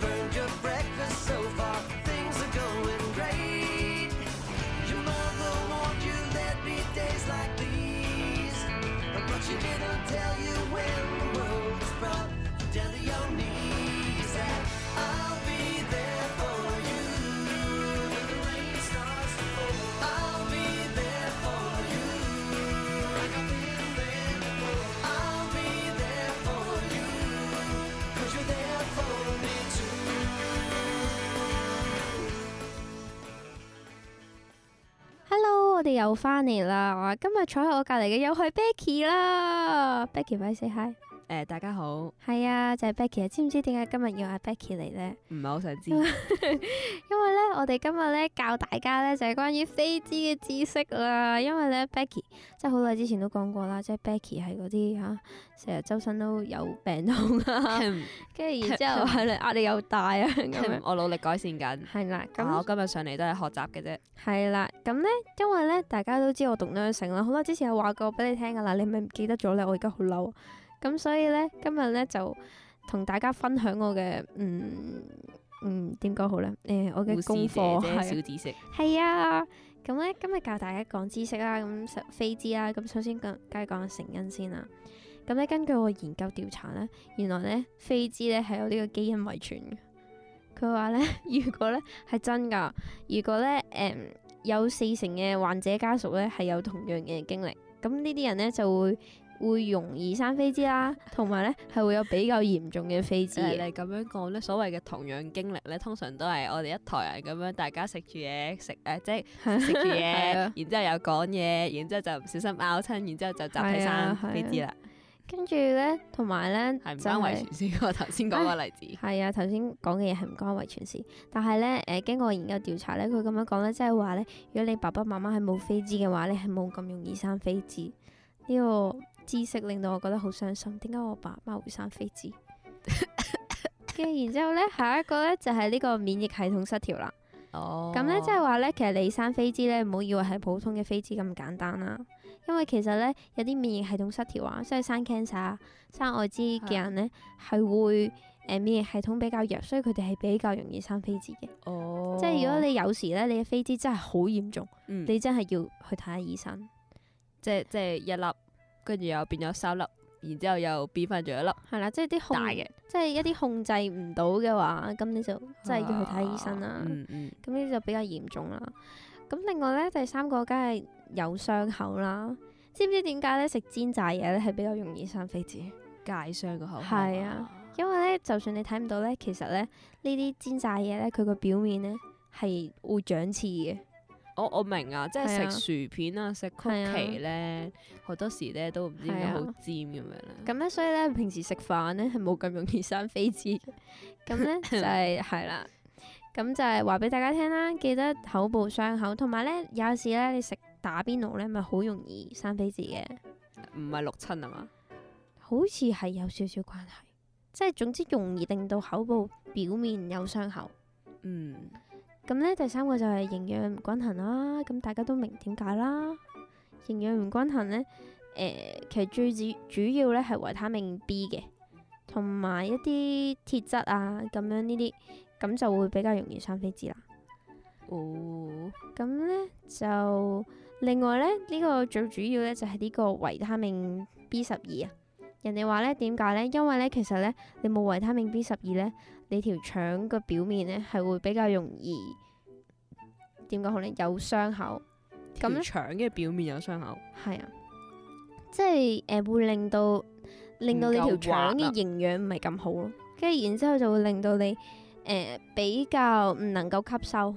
Burned your breakfast so far, things are going great. Your mother warned you there'd be days like these, but she didn't tell you when the world was brought you down to your knees. And I'll be there for you. When the rain starts to fall, I'll be there for you. Like I've been there before, I'll be there for you. you you're there for me too. Hello，我哋又翻嚟啦。今日坐喺我隔離嘅又係 Becky 啦，Becky 快 say hi。誒大家好，唔係啊，就係 Becky 啊。知唔知點解今日要嗌 Becky 嚟呢？係好 <laughs> 想知，因為咧，我哋今日咧教大家咧就係、關於飛枝嘅知識啦。因為咧，Becky 即係好耐之前都講過啦，即係 Becky 係嗰啲嚇成日周身都有病痛啊， <laughs> 跟住然之後係啦，壓力又大啊咁樣。我努力改善緊。係啦，咁啊我今日上嚟都係學習嘅啫，係啦，咁咧，因為咧，大家都知我讀 nursing 啦，好耐之前有話過俾你聽噶啦，你咪唔記得咗咧，我而家好嬲，咁所以咧，今日咧就同大家分享我嘅，嗯嗯，點講好咧？誒、我嘅護士功課姐姐係啊小知識，係啊，咁咧今日教大家講知識啦，咁首非知啦，咁首先講梗係講成因先啦。咁咧根據我研究調查咧，原來咧非知咧係有呢個基因遺傳嘅。佢話咧， <laughs> 如果咧係真㗎，如果咧誒、有四成嘅患者家屬咧係有同樣嘅經歷，咁呢啲人咧就會會容易生非知啦，同埋咧係會有比較嚴重嘅非知誒嘅。你咁樣講咧，所謂嘅同樣經歷咧，通常都係我哋一台人咁樣，大家食住嘢 <laughs> 食誒，即係 <laughs> 食住 <laughs> 嘢，係啊然之後又講嘢，然之後就唔小心拗親，然之後就集體係啊係生啊飛枝啦，跟住咧，同埋咧係唔就關係遺傳先，我頭先講個例 <laughs> 子。係啊，頭先講嘅嘢係唔關遺傳事，但係咧誒經過研究調查咧，佢咁樣講咧，即係話咧，如果你爸爸媽媽係冇飛枝嘅話，你係冇咁容易生飛枝。呢、個知識令到我覺得好傷心，點解我爸媽會生飛枝？跟住然之後咧，下一個咧就係、呢個免疫系統失調啦。哦，咁咧即係話咧，其實你生飛枝咧，唔好以為係普通嘅飛枝咁簡單啦。因為其實咧，有啲免疫系統失調啊，即係生 cancer 啊、生艾滋嘅人咧，啊係會誒、呃免疫系統比較弱，所以佢哋係比較容易生飛枝嘅。哦，即係如果你有時咧，你嘅飛枝真係好嚴重，嗯你真係要去睇下醫生。即係即係一粒，跟住又變咗三粒，然之後又變翻咗一粒係啦，即係啲控大，嘅，即係一啲控制唔到嘅話，咁你就真係要去睇醫生啦。啊嗯嗯，咁呢啲就比較嚴重啦。咁另外咧，第三個梗係有傷口啦。知唔知點解咧食煎炸嘢咧係比較容易生痱滋？界傷個口腔係啊，因為咧就算你睇唔到咧，其實咧呢啲煎炸嘢咧佢個表面咧係會長刺嘅。我我明啊，即係係啊食薯片啊，食曲係啊奇咧，好多時咧都唔知點係解啊好尖咁樣咧。咁咧，所以咧平時食飯咧係冇咁容易生痱滋嘅。咁咧就係係啦。咁就係話俾大家聽啦，記得口部傷口，同埋咧有時咧你食打邊爐咧，咪好容易生痱滋嘅。唔係六親啊嘛，好似係有少少關係，即係總之容易令到口部表面有傷口。嗯，咁呢，第三個就係營養唔均衡啦，咁大家都明點解啦。營養唔均衡呢，誒、其實最主主要呢係維他命 B 嘅，同埋一啲鐵質啊咁樣呢啲，咁就會比較容易生痱滋啦。哦，咁呢，就另外呢，呢、個最主要呢就係呢個維他命 B 十二啊。人哋話呢點解呢？因為呢，其實呢，你冇維他命 B 十二呢，你條腸個表面呢係會比較容易點講好呢？有傷口咁咁腸嘅表面有傷口，係啊，即係誒、呃、會令到令到你條腸嘅營養唔係咁好咯，跟住然之後就會令到你誒、呃比較唔能夠吸收，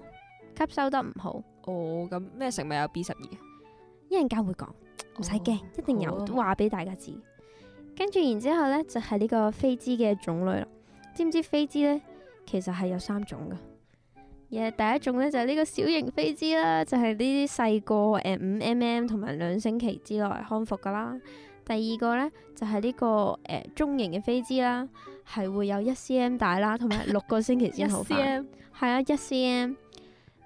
吸收得唔好。哦，咁咩食物有 B 十二？一陣間會講，唔使驚，一定哦好有啊話俾大家知。跟住然之後呢，就係、呢個飛枝嘅種類啦。知唔知飛枝呢？其實係有三種噶。而第一種呢，就係、呢個小型飛枝啦，就係呢啲細個誒五 mm 同埋兩星期之內康復噶啦。第二個呢，就係、呢、個誒、呃中型嘅飛枝啦，係會有一 cm 大啦，同埋六個星期先好返。係啊，一 cm。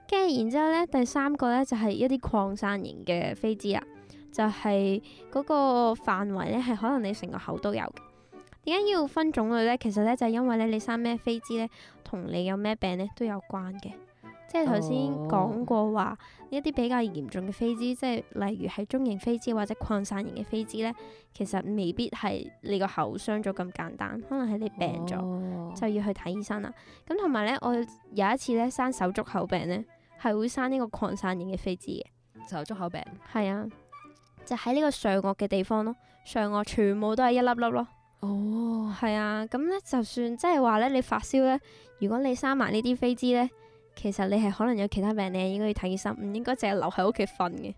跟住然之後咧，第三個咧就係、一啲擴散型嘅飛枝啊，就係、嗰個範圍咧係可能你成個口都有嘅。點解要分種類咧？其實咧就係、因為咧你生咩飛枝咧，同你有咩病咧都有關嘅。即係頭先哦講過話，一啲比較嚴重嘅飛枝，即係例如係中型飛枝或者擴散型嘅飛枝咧，其實未必係你個口傷咗咁簡單，可能係你病咗。咗就要去睇醫生啦。咁同埋咧，我有一次咧生手足口病咧，係會生呢個擴散型嘅飛滋嘅，手足口病，係啊，就喺呢個上顎嘅地方咯，上顎全部都係一粒粒咯。哦，係啊，咁咧就算即係話咧，你發燒咧，如果你生埋呢啲飛滋咧，其實你係可能有其他病，你係應該要睇醫生，唔應該淨係留喺屋企瞓嘅。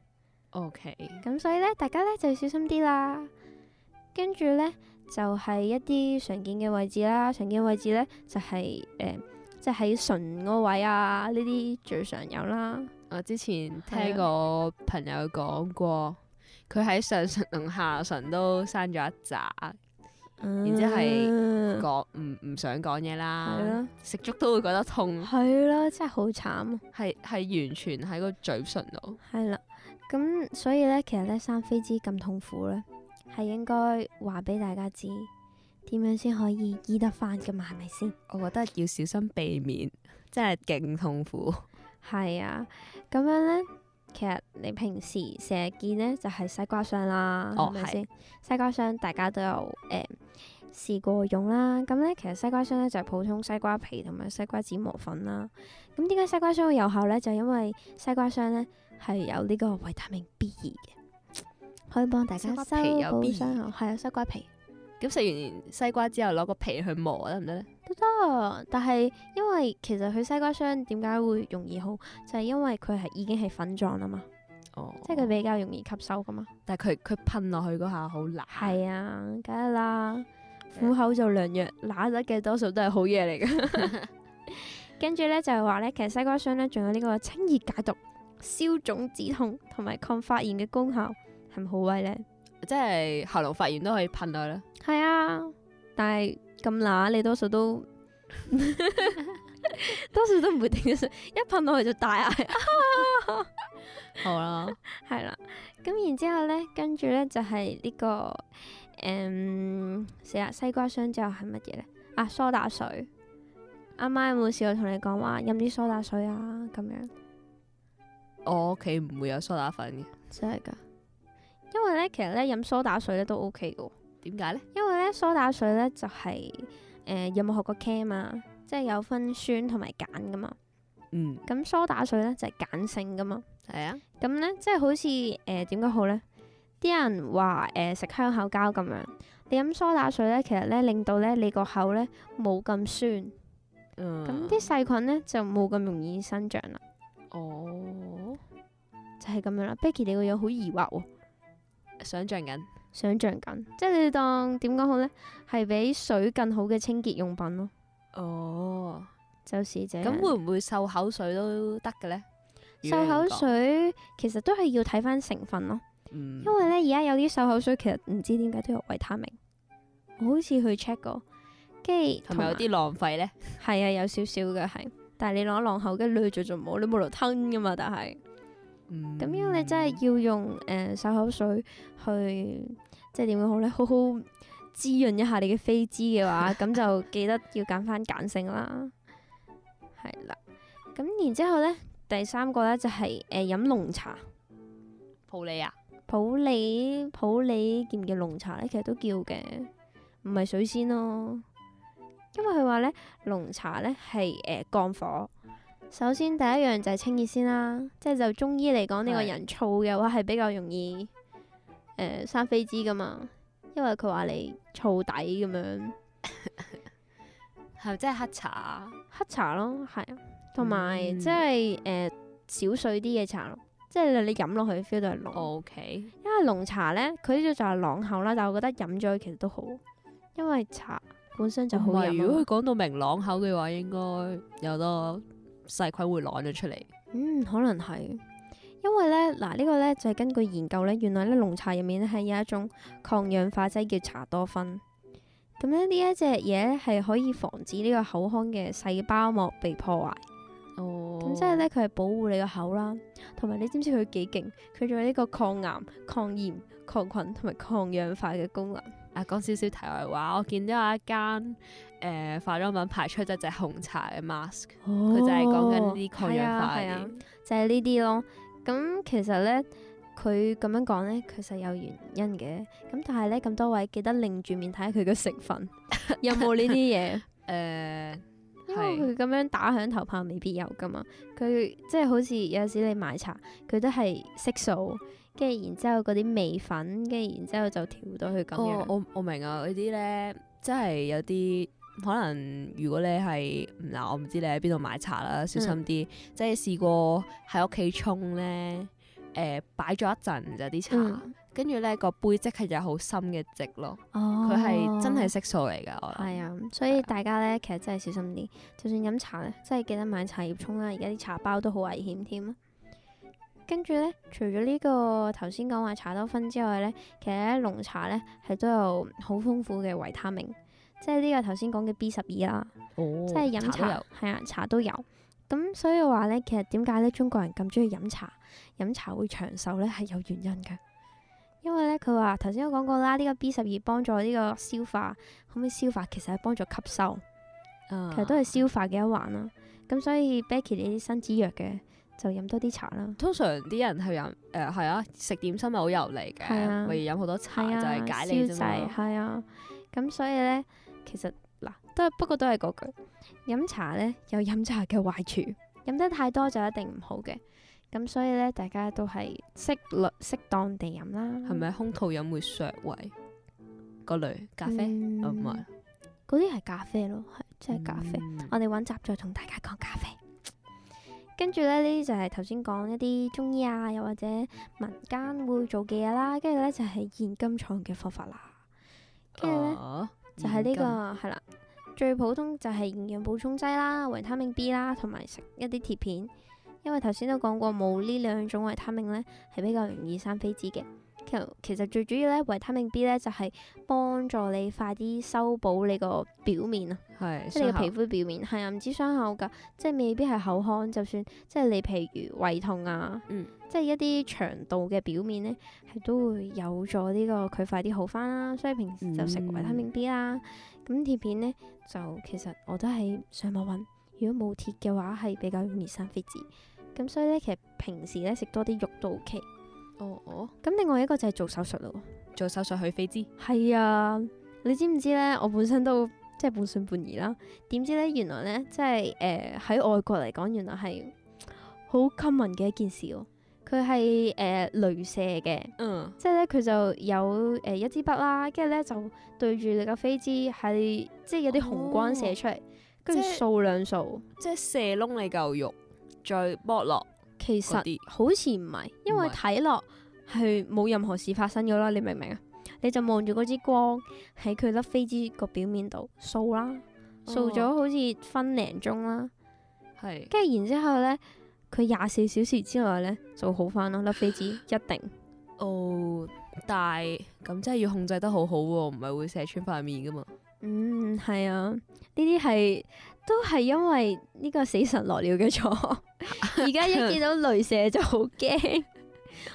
OK，咁所以咧，大家咧就要小心啲啦。跟住咧就係一啲常見嘅位置啦。常見位置呢，就係、誒，即係喺唇嗰位啊，呢啲最常有啦。我之前係啊聽個朋友講過，佢喺上唇同下唇都生咗一扎，然之後係啊係講唔唔想講嘢啦，啦，食粥都會覺得痛，係啦，真係好慘啊！係係完全喺個嘴唇度。係啦，咁所以呢，其實呢，生飛滋咁痛苦呢，係應該話俾大家知點樣先可以醫得翻噶嘛，係咪先？我覺得要小心避免，真係勁痛苦。係啊，咁樣呢，其實你平時成日見呢，就係、西瓜霜啦，哦係咪係先？西瓜霜大家都有誒、呃、試過用啦。咁呢，其實西瓜霜呢，就係、普通西瓜皮同埋西瓜子磨粉啦。咁點解西瓜霜會有效呢？就因為西瓜霜呢係有呢個維他命 B 二嘅，可以幫大家西修瓜皮有補 B2 傷口。係啊，西瓜皮。 <laughs> 咁食完西瓜之後，攞個皮去磨得唔得呢？啊但係因為其實佢西瓜霜點解會容易好，就係、因為佢係已經係粉狀啊嘛。哦，即係佢，比較容易吸收噶嘛。但係佢佢噴落去嗰下好辣。係啊，梗係啦，苦口就良藥，乸得嘅多數都係好嘢嚟嘅。跟住咧就係話咧，其實西瓜霜咧仲有呢個清熱解毒、消腫止痛同埋抗發炎嘅功效，係咪好威咧？即係喉嚨發炎都可以噴落去啦。係啊，但係咁乸你多數都多數都唔會停咗水，一噴落去就大嗌。好啦，係啦，咁然之後咧，跟住咧就係呢、個誒死啦西瓜霜之後係乜嘢咧？啊梳打水，啱啱有冇試過同你講話飲啲梳打水啊咁樣？ <laughs> 我屋企唔會有梳打粉嘅，真係㗎，因為咧其實咧飲梳打水咧都 OK 嘅喎，點解呢？因為咧梳打水咧就係、呃有冇學過 cam 啊？即係有分酸同埋鹼噶嘛，嗯，咁梳打水咧就係、鹼性噶嘛。係啊，咁咧，即係好似誒點講好咧？啲人話誒、呃食香口膠咁樣，你飲梳打水咧，其實咧令到咧你個口咧冇咁酸，咁咁啲細菌咧就冇咁容易生長啦，哦，就係、咁樣啦。Becky 你個樣好疑惑喎、想像緊，想像緊，即係你當點講好咧？係比水更好嘅清潔用品咯，哦，啊就是這樣。咁會唔會漱口水都得嘅呢？漱口如果水其實都係要睇翻成分咯。你咁講，因為咧而家有啲漱口水其實唔知點解都有維他命，我好似去 check 過，跟住同埋有啲浪費呢？係啊有少少嘅係，但係你攞一浪口跟掠住就冇，你冇嚟吞噶嘛，但係咁咁樣你真係要用誒、呃漱口水去即係點講好咧， <laughs> 好好滋潤一下你嘅飛滋嘅話，咁就記得要揀翻鹼性啦，係啦，咁然之後咧第三個咧就係誒呃飲濃茶。抱你啊？普洱普洱叫唔叫濃茶咧？其實都叫嘅，唔係水仙咯。因為佢話咧，濃茶咧係誒降火。首先第一樣就係清熱先啦，即係就中醫嚟講，呢個係人燥嘅話係比較容易誒、呃生痱滋噶嘛，因為佢話你燥底咁樣係咪真係黑茶啊？黑茶咯，係啊，同埋、嗯即係誒、呃少水啲嘅茶咯，即係你飲落去 feel 到係濃。 O K，因為濃茶咧，佢呢度就係朗口啦，但我覺得飲咗佢其實都好，因為茶本身就好唔係飲啊如果嘛。佢講到明朗口嘅話，應該有多細菌會攞咗出嚟。嗯，可能係，因為咧嗱呢個咧就係根據研究咧，原來咧濃茶入面咧係有一種抗氧化劑叫茶多酚。咁咧呢一隻嘢咧係可以防止呢個口腔嘅細胞膜被破壞。哦咁即係咧，佢係保護你個口啦，同埋你知唔知佢幾勁？佢仲有呢個抗癌、抗炎、抗菌同埋抗氧化嘅功能。啊，講少少題外話，我見到有一間誒、呃化妝品牌出咗隻紅茶嘅 mask，佢佢、就係講緊啲抗氧化哦係嗰啊啲。就係呢啲咯。咁其實咧，佢咁樣講咧，其實有原因嘅。咁但係咧，咁多位記得擰住面睇下佢嘅成 <laughs> 分有冇呢啲嘢，誒因為佢咁樣打響頭炮未必有噶嘛。佢即係好似有時你買茶，佢都係色素，跟住然之後嗰啲味粉，跟住然之後就調到佢咁哦樣。我我明啊，嗰啲咧真係有啲可能，如果你係嗯嗱，我唔知你喺邊度買茶啦，小心啲，即係試過喺屋企沖咧，誒擺咗一陣就啲茶，嗯跟住咧個背脊係有好深嘅積咯，哦佢係真係色素嚟㗎，我係諗。啊，所以大家咧其實真係小心啲，就算飲茶咧，真係記得買茶葉沖啦。而家啲茶包都好危險添啊。跟住咧，除咗呢個頭先講話茶多酚之外咧，其實咧濃茶咧係都有好豐富嘅維他命，即係呢個頭先講嘅 B 十二啊啦，哦即係飲茶都茶有係啊，茶都有。咁所以話咧，其實點解咧中國人咁中意飲茶，飲茶會長壽咧係有原因嘅，因為咧佢話頭先我講過啦，呢、個 B 十二幫助呢個消化，可唔可以消化其實係幫助吸收。啊其實都係消化嘅一環啦。咁所以 Becky 你啲身子弱嘅，就飲多啲茶啦。通常啲人去飲誒係啊，食點心咪好油膩係啊嘅，咪飲好多茶係就啊，係解消你啫滯嘛。係啊。咁所以咧，其實嗱，都係不過都係嗰句，飲茶咧有飲茶嘅壞處， <laughs> 飲得太多就一定唔好嘅。咁所以咧，大家都係適率適當地飲啦。係咪空肚飲會削胃嗰類咖啡？嗯哦唔係，嗰啲係咖啡咯，係即係咖啡。嗯我哋揾集再同大家講咖啡。跟住咧，呢啲就係頭先講一啲中醫啊，又或者民間會做嘅嘢啦。跟住咧就係、現今採用嘅方法啦。跟住咧啊就係呢、個係啦，最普通就係營養補充劑啦、維他命 B 啦，同埋食一啲鐵片。因為頭先都講過，冇呢兩種維他命咧，係比較容易生痱滋嘅。其實其實最主要咧，維他命 B 咧就係、幫助你快啲修補你個表面啊。嗯係即係你傷嘅口皮膚表面係啊，唔止傷口㗎，即係未必係口腔，就算即係你譬如胃痛啊，嗯即係一啲腸道嘅表面咧，係都會有助呢、個佢快啲好翻啦。所以平時就食嗯維他命 B 啦。咁鐵片咧就其實我都係上網揾，如果冇鐵嘅話係比較容易生痱滋。咁所以咧，其實平時咧食多啲肉都 OK。哦哦，咁另外一個就係做手術咯喎。做手術去飛滋。係啊，你知唔知咧？我本身都即係半信半疑啦。點知咧，原來咧，即係誒喺外國嚟講，原來係好 common 嘅一件事喎。佢係誒雷射嘅，嗯，即係咧佢就有誒、呃一支筆啦，跟住咧就對住你個飛滋係即係有啲紅光射出嚟，跟住哦即係掃兩掃。即係射窿你嚿肉，再剝落其嗰實啲。好似唔係，因為唔係睇落係冇任何事發生咗啦，你明唔明啊？你就望住嗰支光喺佢粒飛枝個表面度掃啦，哦掃咗好似分零鐘啦，係跟住然之後咧，佢廿四小時之內咧就好翻咯，粒飛 <laughs> 枝一定哦，但係咁真係要控制得好好喎，唔係會射穿塊面噶嘛。嗯係啊，呢啲係都係因為呢個死神來了嘅 <laughs> 錯，而家一見到雷射就好驚，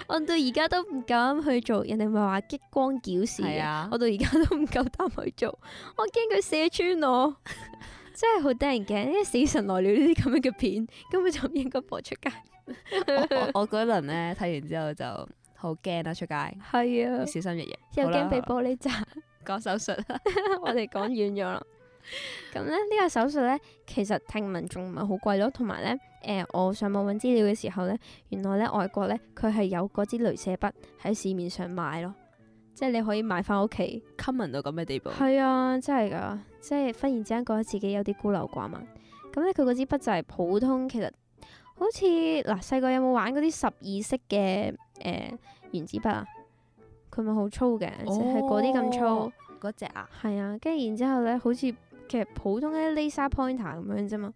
我到而家都唔敢去做，人哋咪話激光矯視嘅係。啊我，到而家都唔夠膽去做，我驚佢射穿我， <laughs> 真係好得人驚。因為死神來了呢啲咁樣嘅片，根本就唔應該播出 <laughs> 街。 <laughs> 我我我嗰輪咧睇完之後就好驚啦，出街係要啊，小心翼翼。又好啦驚被玻璃砸。講手術 <laughs> 啦，我哋講遠咗啦。咁咧呢個手術咧，其實聽聞仲唔係好貴咯，同埋咧，誒、我上網揾資料嘅時候咧，原來咧外國咧佢係有嗰支雷射筆喺市面上買咯，即係你可以買翻屋企。 common 到咁嘅地步。係啊，真係噶，即係忽然之間覺得自己有啲孤陋寡聞。咁咧，佢嗰支筆就係普通，其實好似嗱細個有冇玩嗰啲十二色嘅誒、呃原子筆啊？佢咪好粗嘅，就係嗰啲咁粗哦。嗰只啊，係啊，跟住然之後咧，好似其實普通嘅 laser pointer 咁樣啫嘛。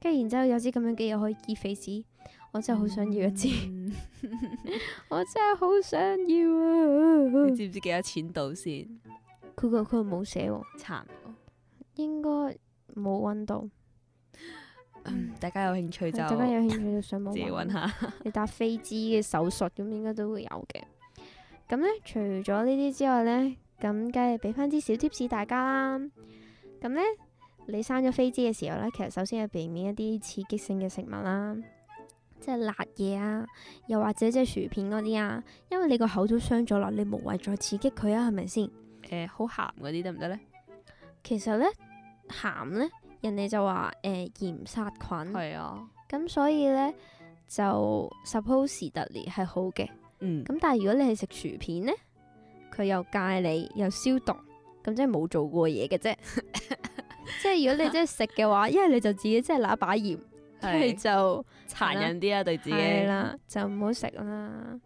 跟住然之後有支咁樣嘅嘢可以醫痱滋，我真係好想要一支，嗯 <laughs> 我真係好想要啊！你知唔知幾多錢到先？佢個佢冇寫喎，差唔多。應該冇温到。嗯 <clears throat> 大家有興趣就大家有興趣就上網自己揾下。 <laughs> 你打飛滋嘅手術咁應該都會有嘅。咁咧，除咗呢啲之外咧，咁梗係俾翻啲小 tips 大家啦。咁咧，你生咗飛滋嘅時候咧，其實首先要避免一啲刺激性嘅食物啦，即係辣嘢啊，又或者即係薯片嗰啲啊，因為你個口都傷咗啦，你無謂再刺激佢啊，係咪先？誒，好鹹嗰啲得唔得咧？其實咧，鹹咧，人哋就話誒、呃鹽殺菌，係啊，咁所以咧就 suppose 特列係好嘅。嗯，咁但係如果你係食薯片呢，佢又戒你又消毒，咁即係冇做過嘢嘅啫。 <laughs> 即係如果你真係食嘅 <laughs> 話，一係你就自己真係揦把鹽，一係係就殘忍啲啊，對自己。係啦，就唔好食啦。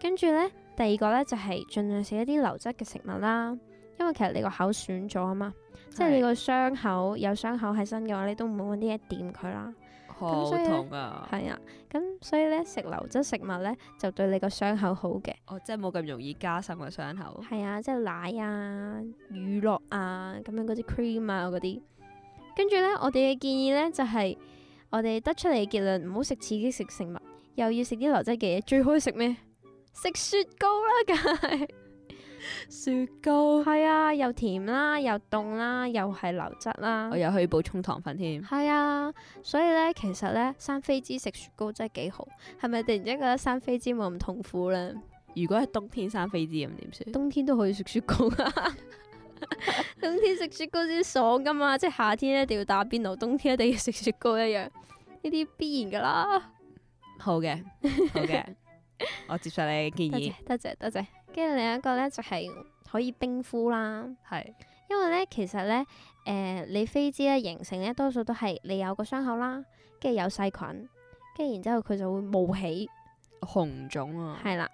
跟住呢，第二個呢，就係、盡量食一啲流質嘅食物啦，因為其實你個口損咗啊嘛，即係你個傷口有傷口喺身嘅話，你都唔好揾啲嘢掂佢啦。好所以呢痛啊！係啊，咁所以呢，食流質食物呢，就對你個傷口好嘅。哦，即係冇咁容易加深個傷口。係啊，即係奶啊、乳酪啊咁樣嗰啲 cream 啊嗰啲。跟住呢，我哋嘅建議呢，就係、我哋得出嚟嘅結論，唔好食刺激食食物，又要食啲流質嘅嘢，最好食咩？食雪糕啦，梗係雪糕，係啊，又甜啦，又凍啦，又係流質啦我。又去補充糖分添。係啊，所以呢，其實呢，生飛枝食雪糕真係幾好，係咪突然之間覺得生飛枝冇咁痛苦呢？如果係冬天生飛滋咁點算？冬天都可以食雪糕啊！ <laughs> 冬天食雪糕先爽噶嘛，即係夏天一定要打邊爐，冬天一定要食雪糕一樣，呢啲必然噶啦。好嘅，好 <laughs> 嘅，我接受你嘅建多議。謝多謝多謝。跟住另一個呢，就係、可以冰敷啦，係因為呢，其實呢，誒、你飛枝咧形成呢，多數都係你有個傷口啦，跟住有細菌，跟住然之後佢就會冒起。紅腫啊，係啦，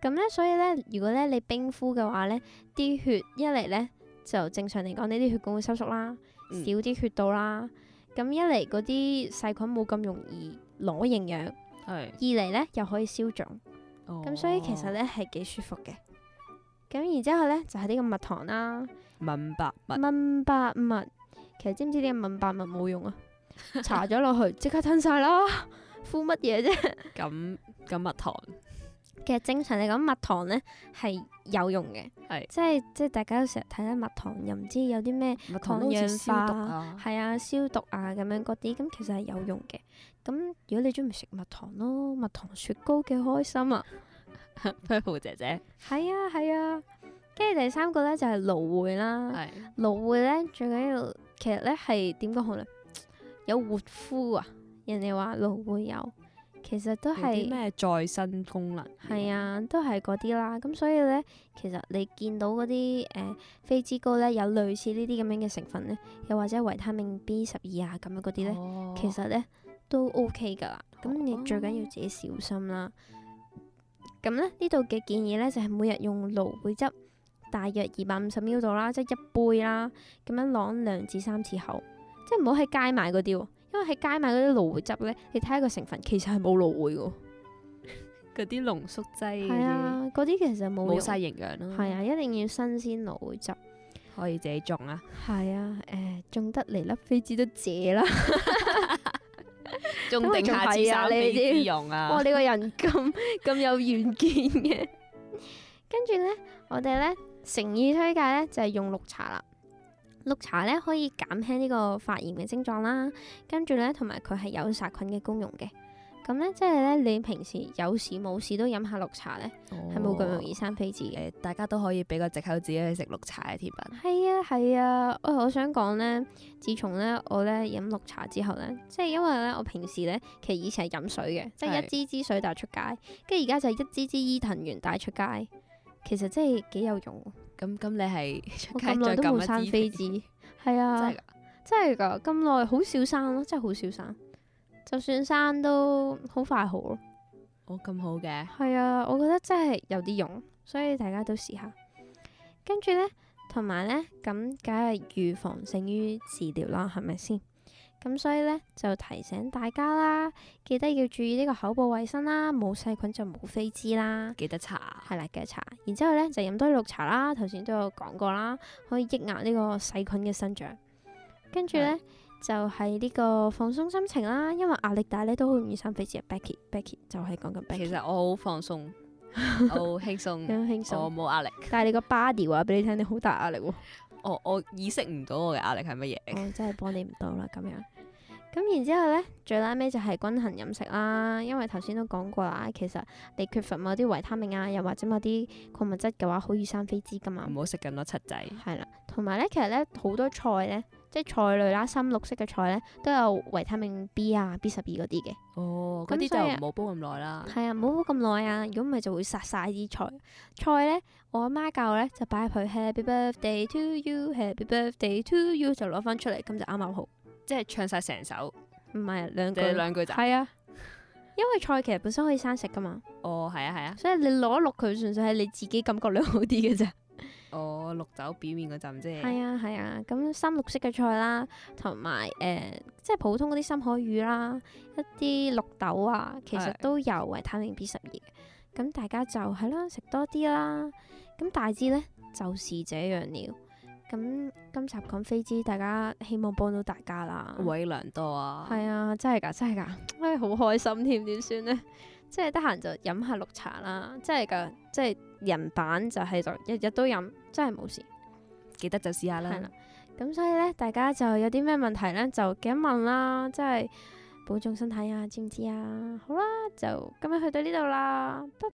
咁咧，所以咧，如果咧你冰敷嘅話咧，啲血一嚟咧就正常嚟講，呢啲血管會收縮啦，嗯少啲血到啦。咁一嚟嗰啲細菌冇咁容易攞營養，二係。嚟咧又可以消腫，咁、咁所以其實咧係幾舒服嘅。咁然之後咧就係、呢個蜜糖啦，敏白物蚊百物，其實知唔知呢個蚊百物冇用啊？搽咗落去即刻吞晒啦，敷乜嘢啫？咁咁蜜糖其實正常嚟講，蜜糖咧係有用嘅，係即係即係大家有時候睇咧蜜糖又唔知有啲咩蜜糖都好似消毒啊，係啊消毒啊咁樣嗰啲，咁其實係有用嘅。咁如果你中意食蜜糖咯，蜜糖雪糕幾開心啊！ <laughs> Purple 姐姐係啊係啊，跟住第三個咧就係蘆薈啦，係蘆薈咧最緊要其實咧係點講好咧？有活膚啊，人哋話蘆薈有，其實都有啲係。咩再生功能？係啊，都係嗰啲啦。咁所以咧，其實你見到嗰啲誒飛枝膏咧，有類似呢啲咁樣嘅成分咧，又或者維他命 B 十二啊咁樣嗰啲咧，哦，其實咧都 OK 噶啦。咁你哦最緊要自己小心啦。咁咧呢度嘅建議咧就係、每日用蘆薈汁，大約二百五十 ml 度啦，即係一杯啦，咁樣啷兩至三次口，即係唔好喺街買嗰啲喎，因為喺街買嗰啲蘆薈汁咧，你睇下個成分其實係冇蘆薈嘅喎。 <laughs> 嗰啲濃縮劑係嗰啲啊，嗰啲其實冇冇用晒營養咯，係啊，一定要新鮮蘆薈汁。可以自己種啊，係啊，誒、種得嚟粒飛枝都謝啦。種咁咪定仲下次係啊生飛你啲滋 <laughs> 用啊哇，，你個人咁咁有遠見嘅。跟住呢，我哋呢誠意推介呢就係、用綠茶啦。綠茶呢可以減輕呢個發炎嘅症狀啦，跟住呢，同埋佢係有殺菌嘅功用嘅。咁呢，即係呢，你平時有事冇事都飲下綠茶呢，係係冇咁容易生飛枝嘅。誒，呃大家都可以俾個藉口自己去食綠茶嘅甜品。係啊係啊，我我想講呢，自從呢我呢飲綠茶之後呢，即係因為呢我平時呢，其實以前係飲水嘅，即係係一支支水帶出街，跟住而家就係一支支伊藤園帶出街，其實真係幾有用喎。咁咁你係出我街咁耐再都撳冇一生支飛枝，係真啊係，㗎真係㗎，咁耐好少生咯，真係好少生，就算生都好快好咯。哦咁好嘅，係啊，我覺得真係有啲用，所以大家都試下。跟住呢，同埋呢，咁梗係預防勝於治療啦，係咪先？咁所以呢，就提醒大家啦，記得要注意呢個口部衞生啦，冇細菌就冇飛滋啦，記得搽係啦嘅茶。然之後呢，就飲多啲綠茶啦，頭先都有講過啦，可以抑壓呢個細菌嘅生長。跟住呢，就係呢個放鬆心情啦，因為壓力大呢都好容易生飛滋。Becky Becky 就係講緊 Becky，其實我好放鬆， <laughs> 我好 <laughs> 咁輕鬆，輕鬆我。冇壓力。但係你個 body 話俾你聽，你好大壓力喎、我我意識唔到我嘅壓力係乜嘢。我真係幫你唔到啦咁樣。咁然之後呢，最拉尾就係均衡飲食啦，因為頭先都講過啦，其實你缺乏某啲維他命啊，又或者某啲礦物質嘅話，好易生飛滋噶嘛。唔好食咁多七仔，係啦，同埋呢，其實呢，好多菜呢，即係菜類啦，深綠色嘅菜呢，都有維他命 B 啊、B 十二嗰啲嘅。哦，咁嗰啲就所以唔好煲咁耐啦。係啊，唔好煲咁耐啊，如果唔係就會殺晒啲菜。菜咧，我阿媽教我咧就擺入去 Happy Birthday to you，Happy Birthday to you 就攞翻出嚟，咁就啱啱好。即係唱晒成首，唔係兩即句，係兩句就係啊，因因為菜其實本身可以生食噶嘛，哦，係啊係啊，所以你攞一碌佢，純粹係你自己感覺良好啲嘅啫。哦，綠酒表面嗰陣啫。係啊係啊，咁深綠色嘅菜啦，同埋誒即係普通嗰啲深海魚啦，一啲綠豆啊，其實係都有維他命 B 十二嘅。咁大家就係啦，食多啲啦。咁大致呢，就是這樣了。咁今集講飛枝，大家希望幫到大家啦。偉良多啊，係啊，真係㗎，真係㗎， <laughs> 唉，好開心添，點算呢？即係得閒就飲下綠茶啦，真係㗎，即係人版就係就日日都飲，真係冇事。記得就試下係啦啦。，咁所以咧，大家就有啲咩問題咧，就記得問啦，即係保重身體啊，知唔知啊？好啦，就今日去到呢度啦，拜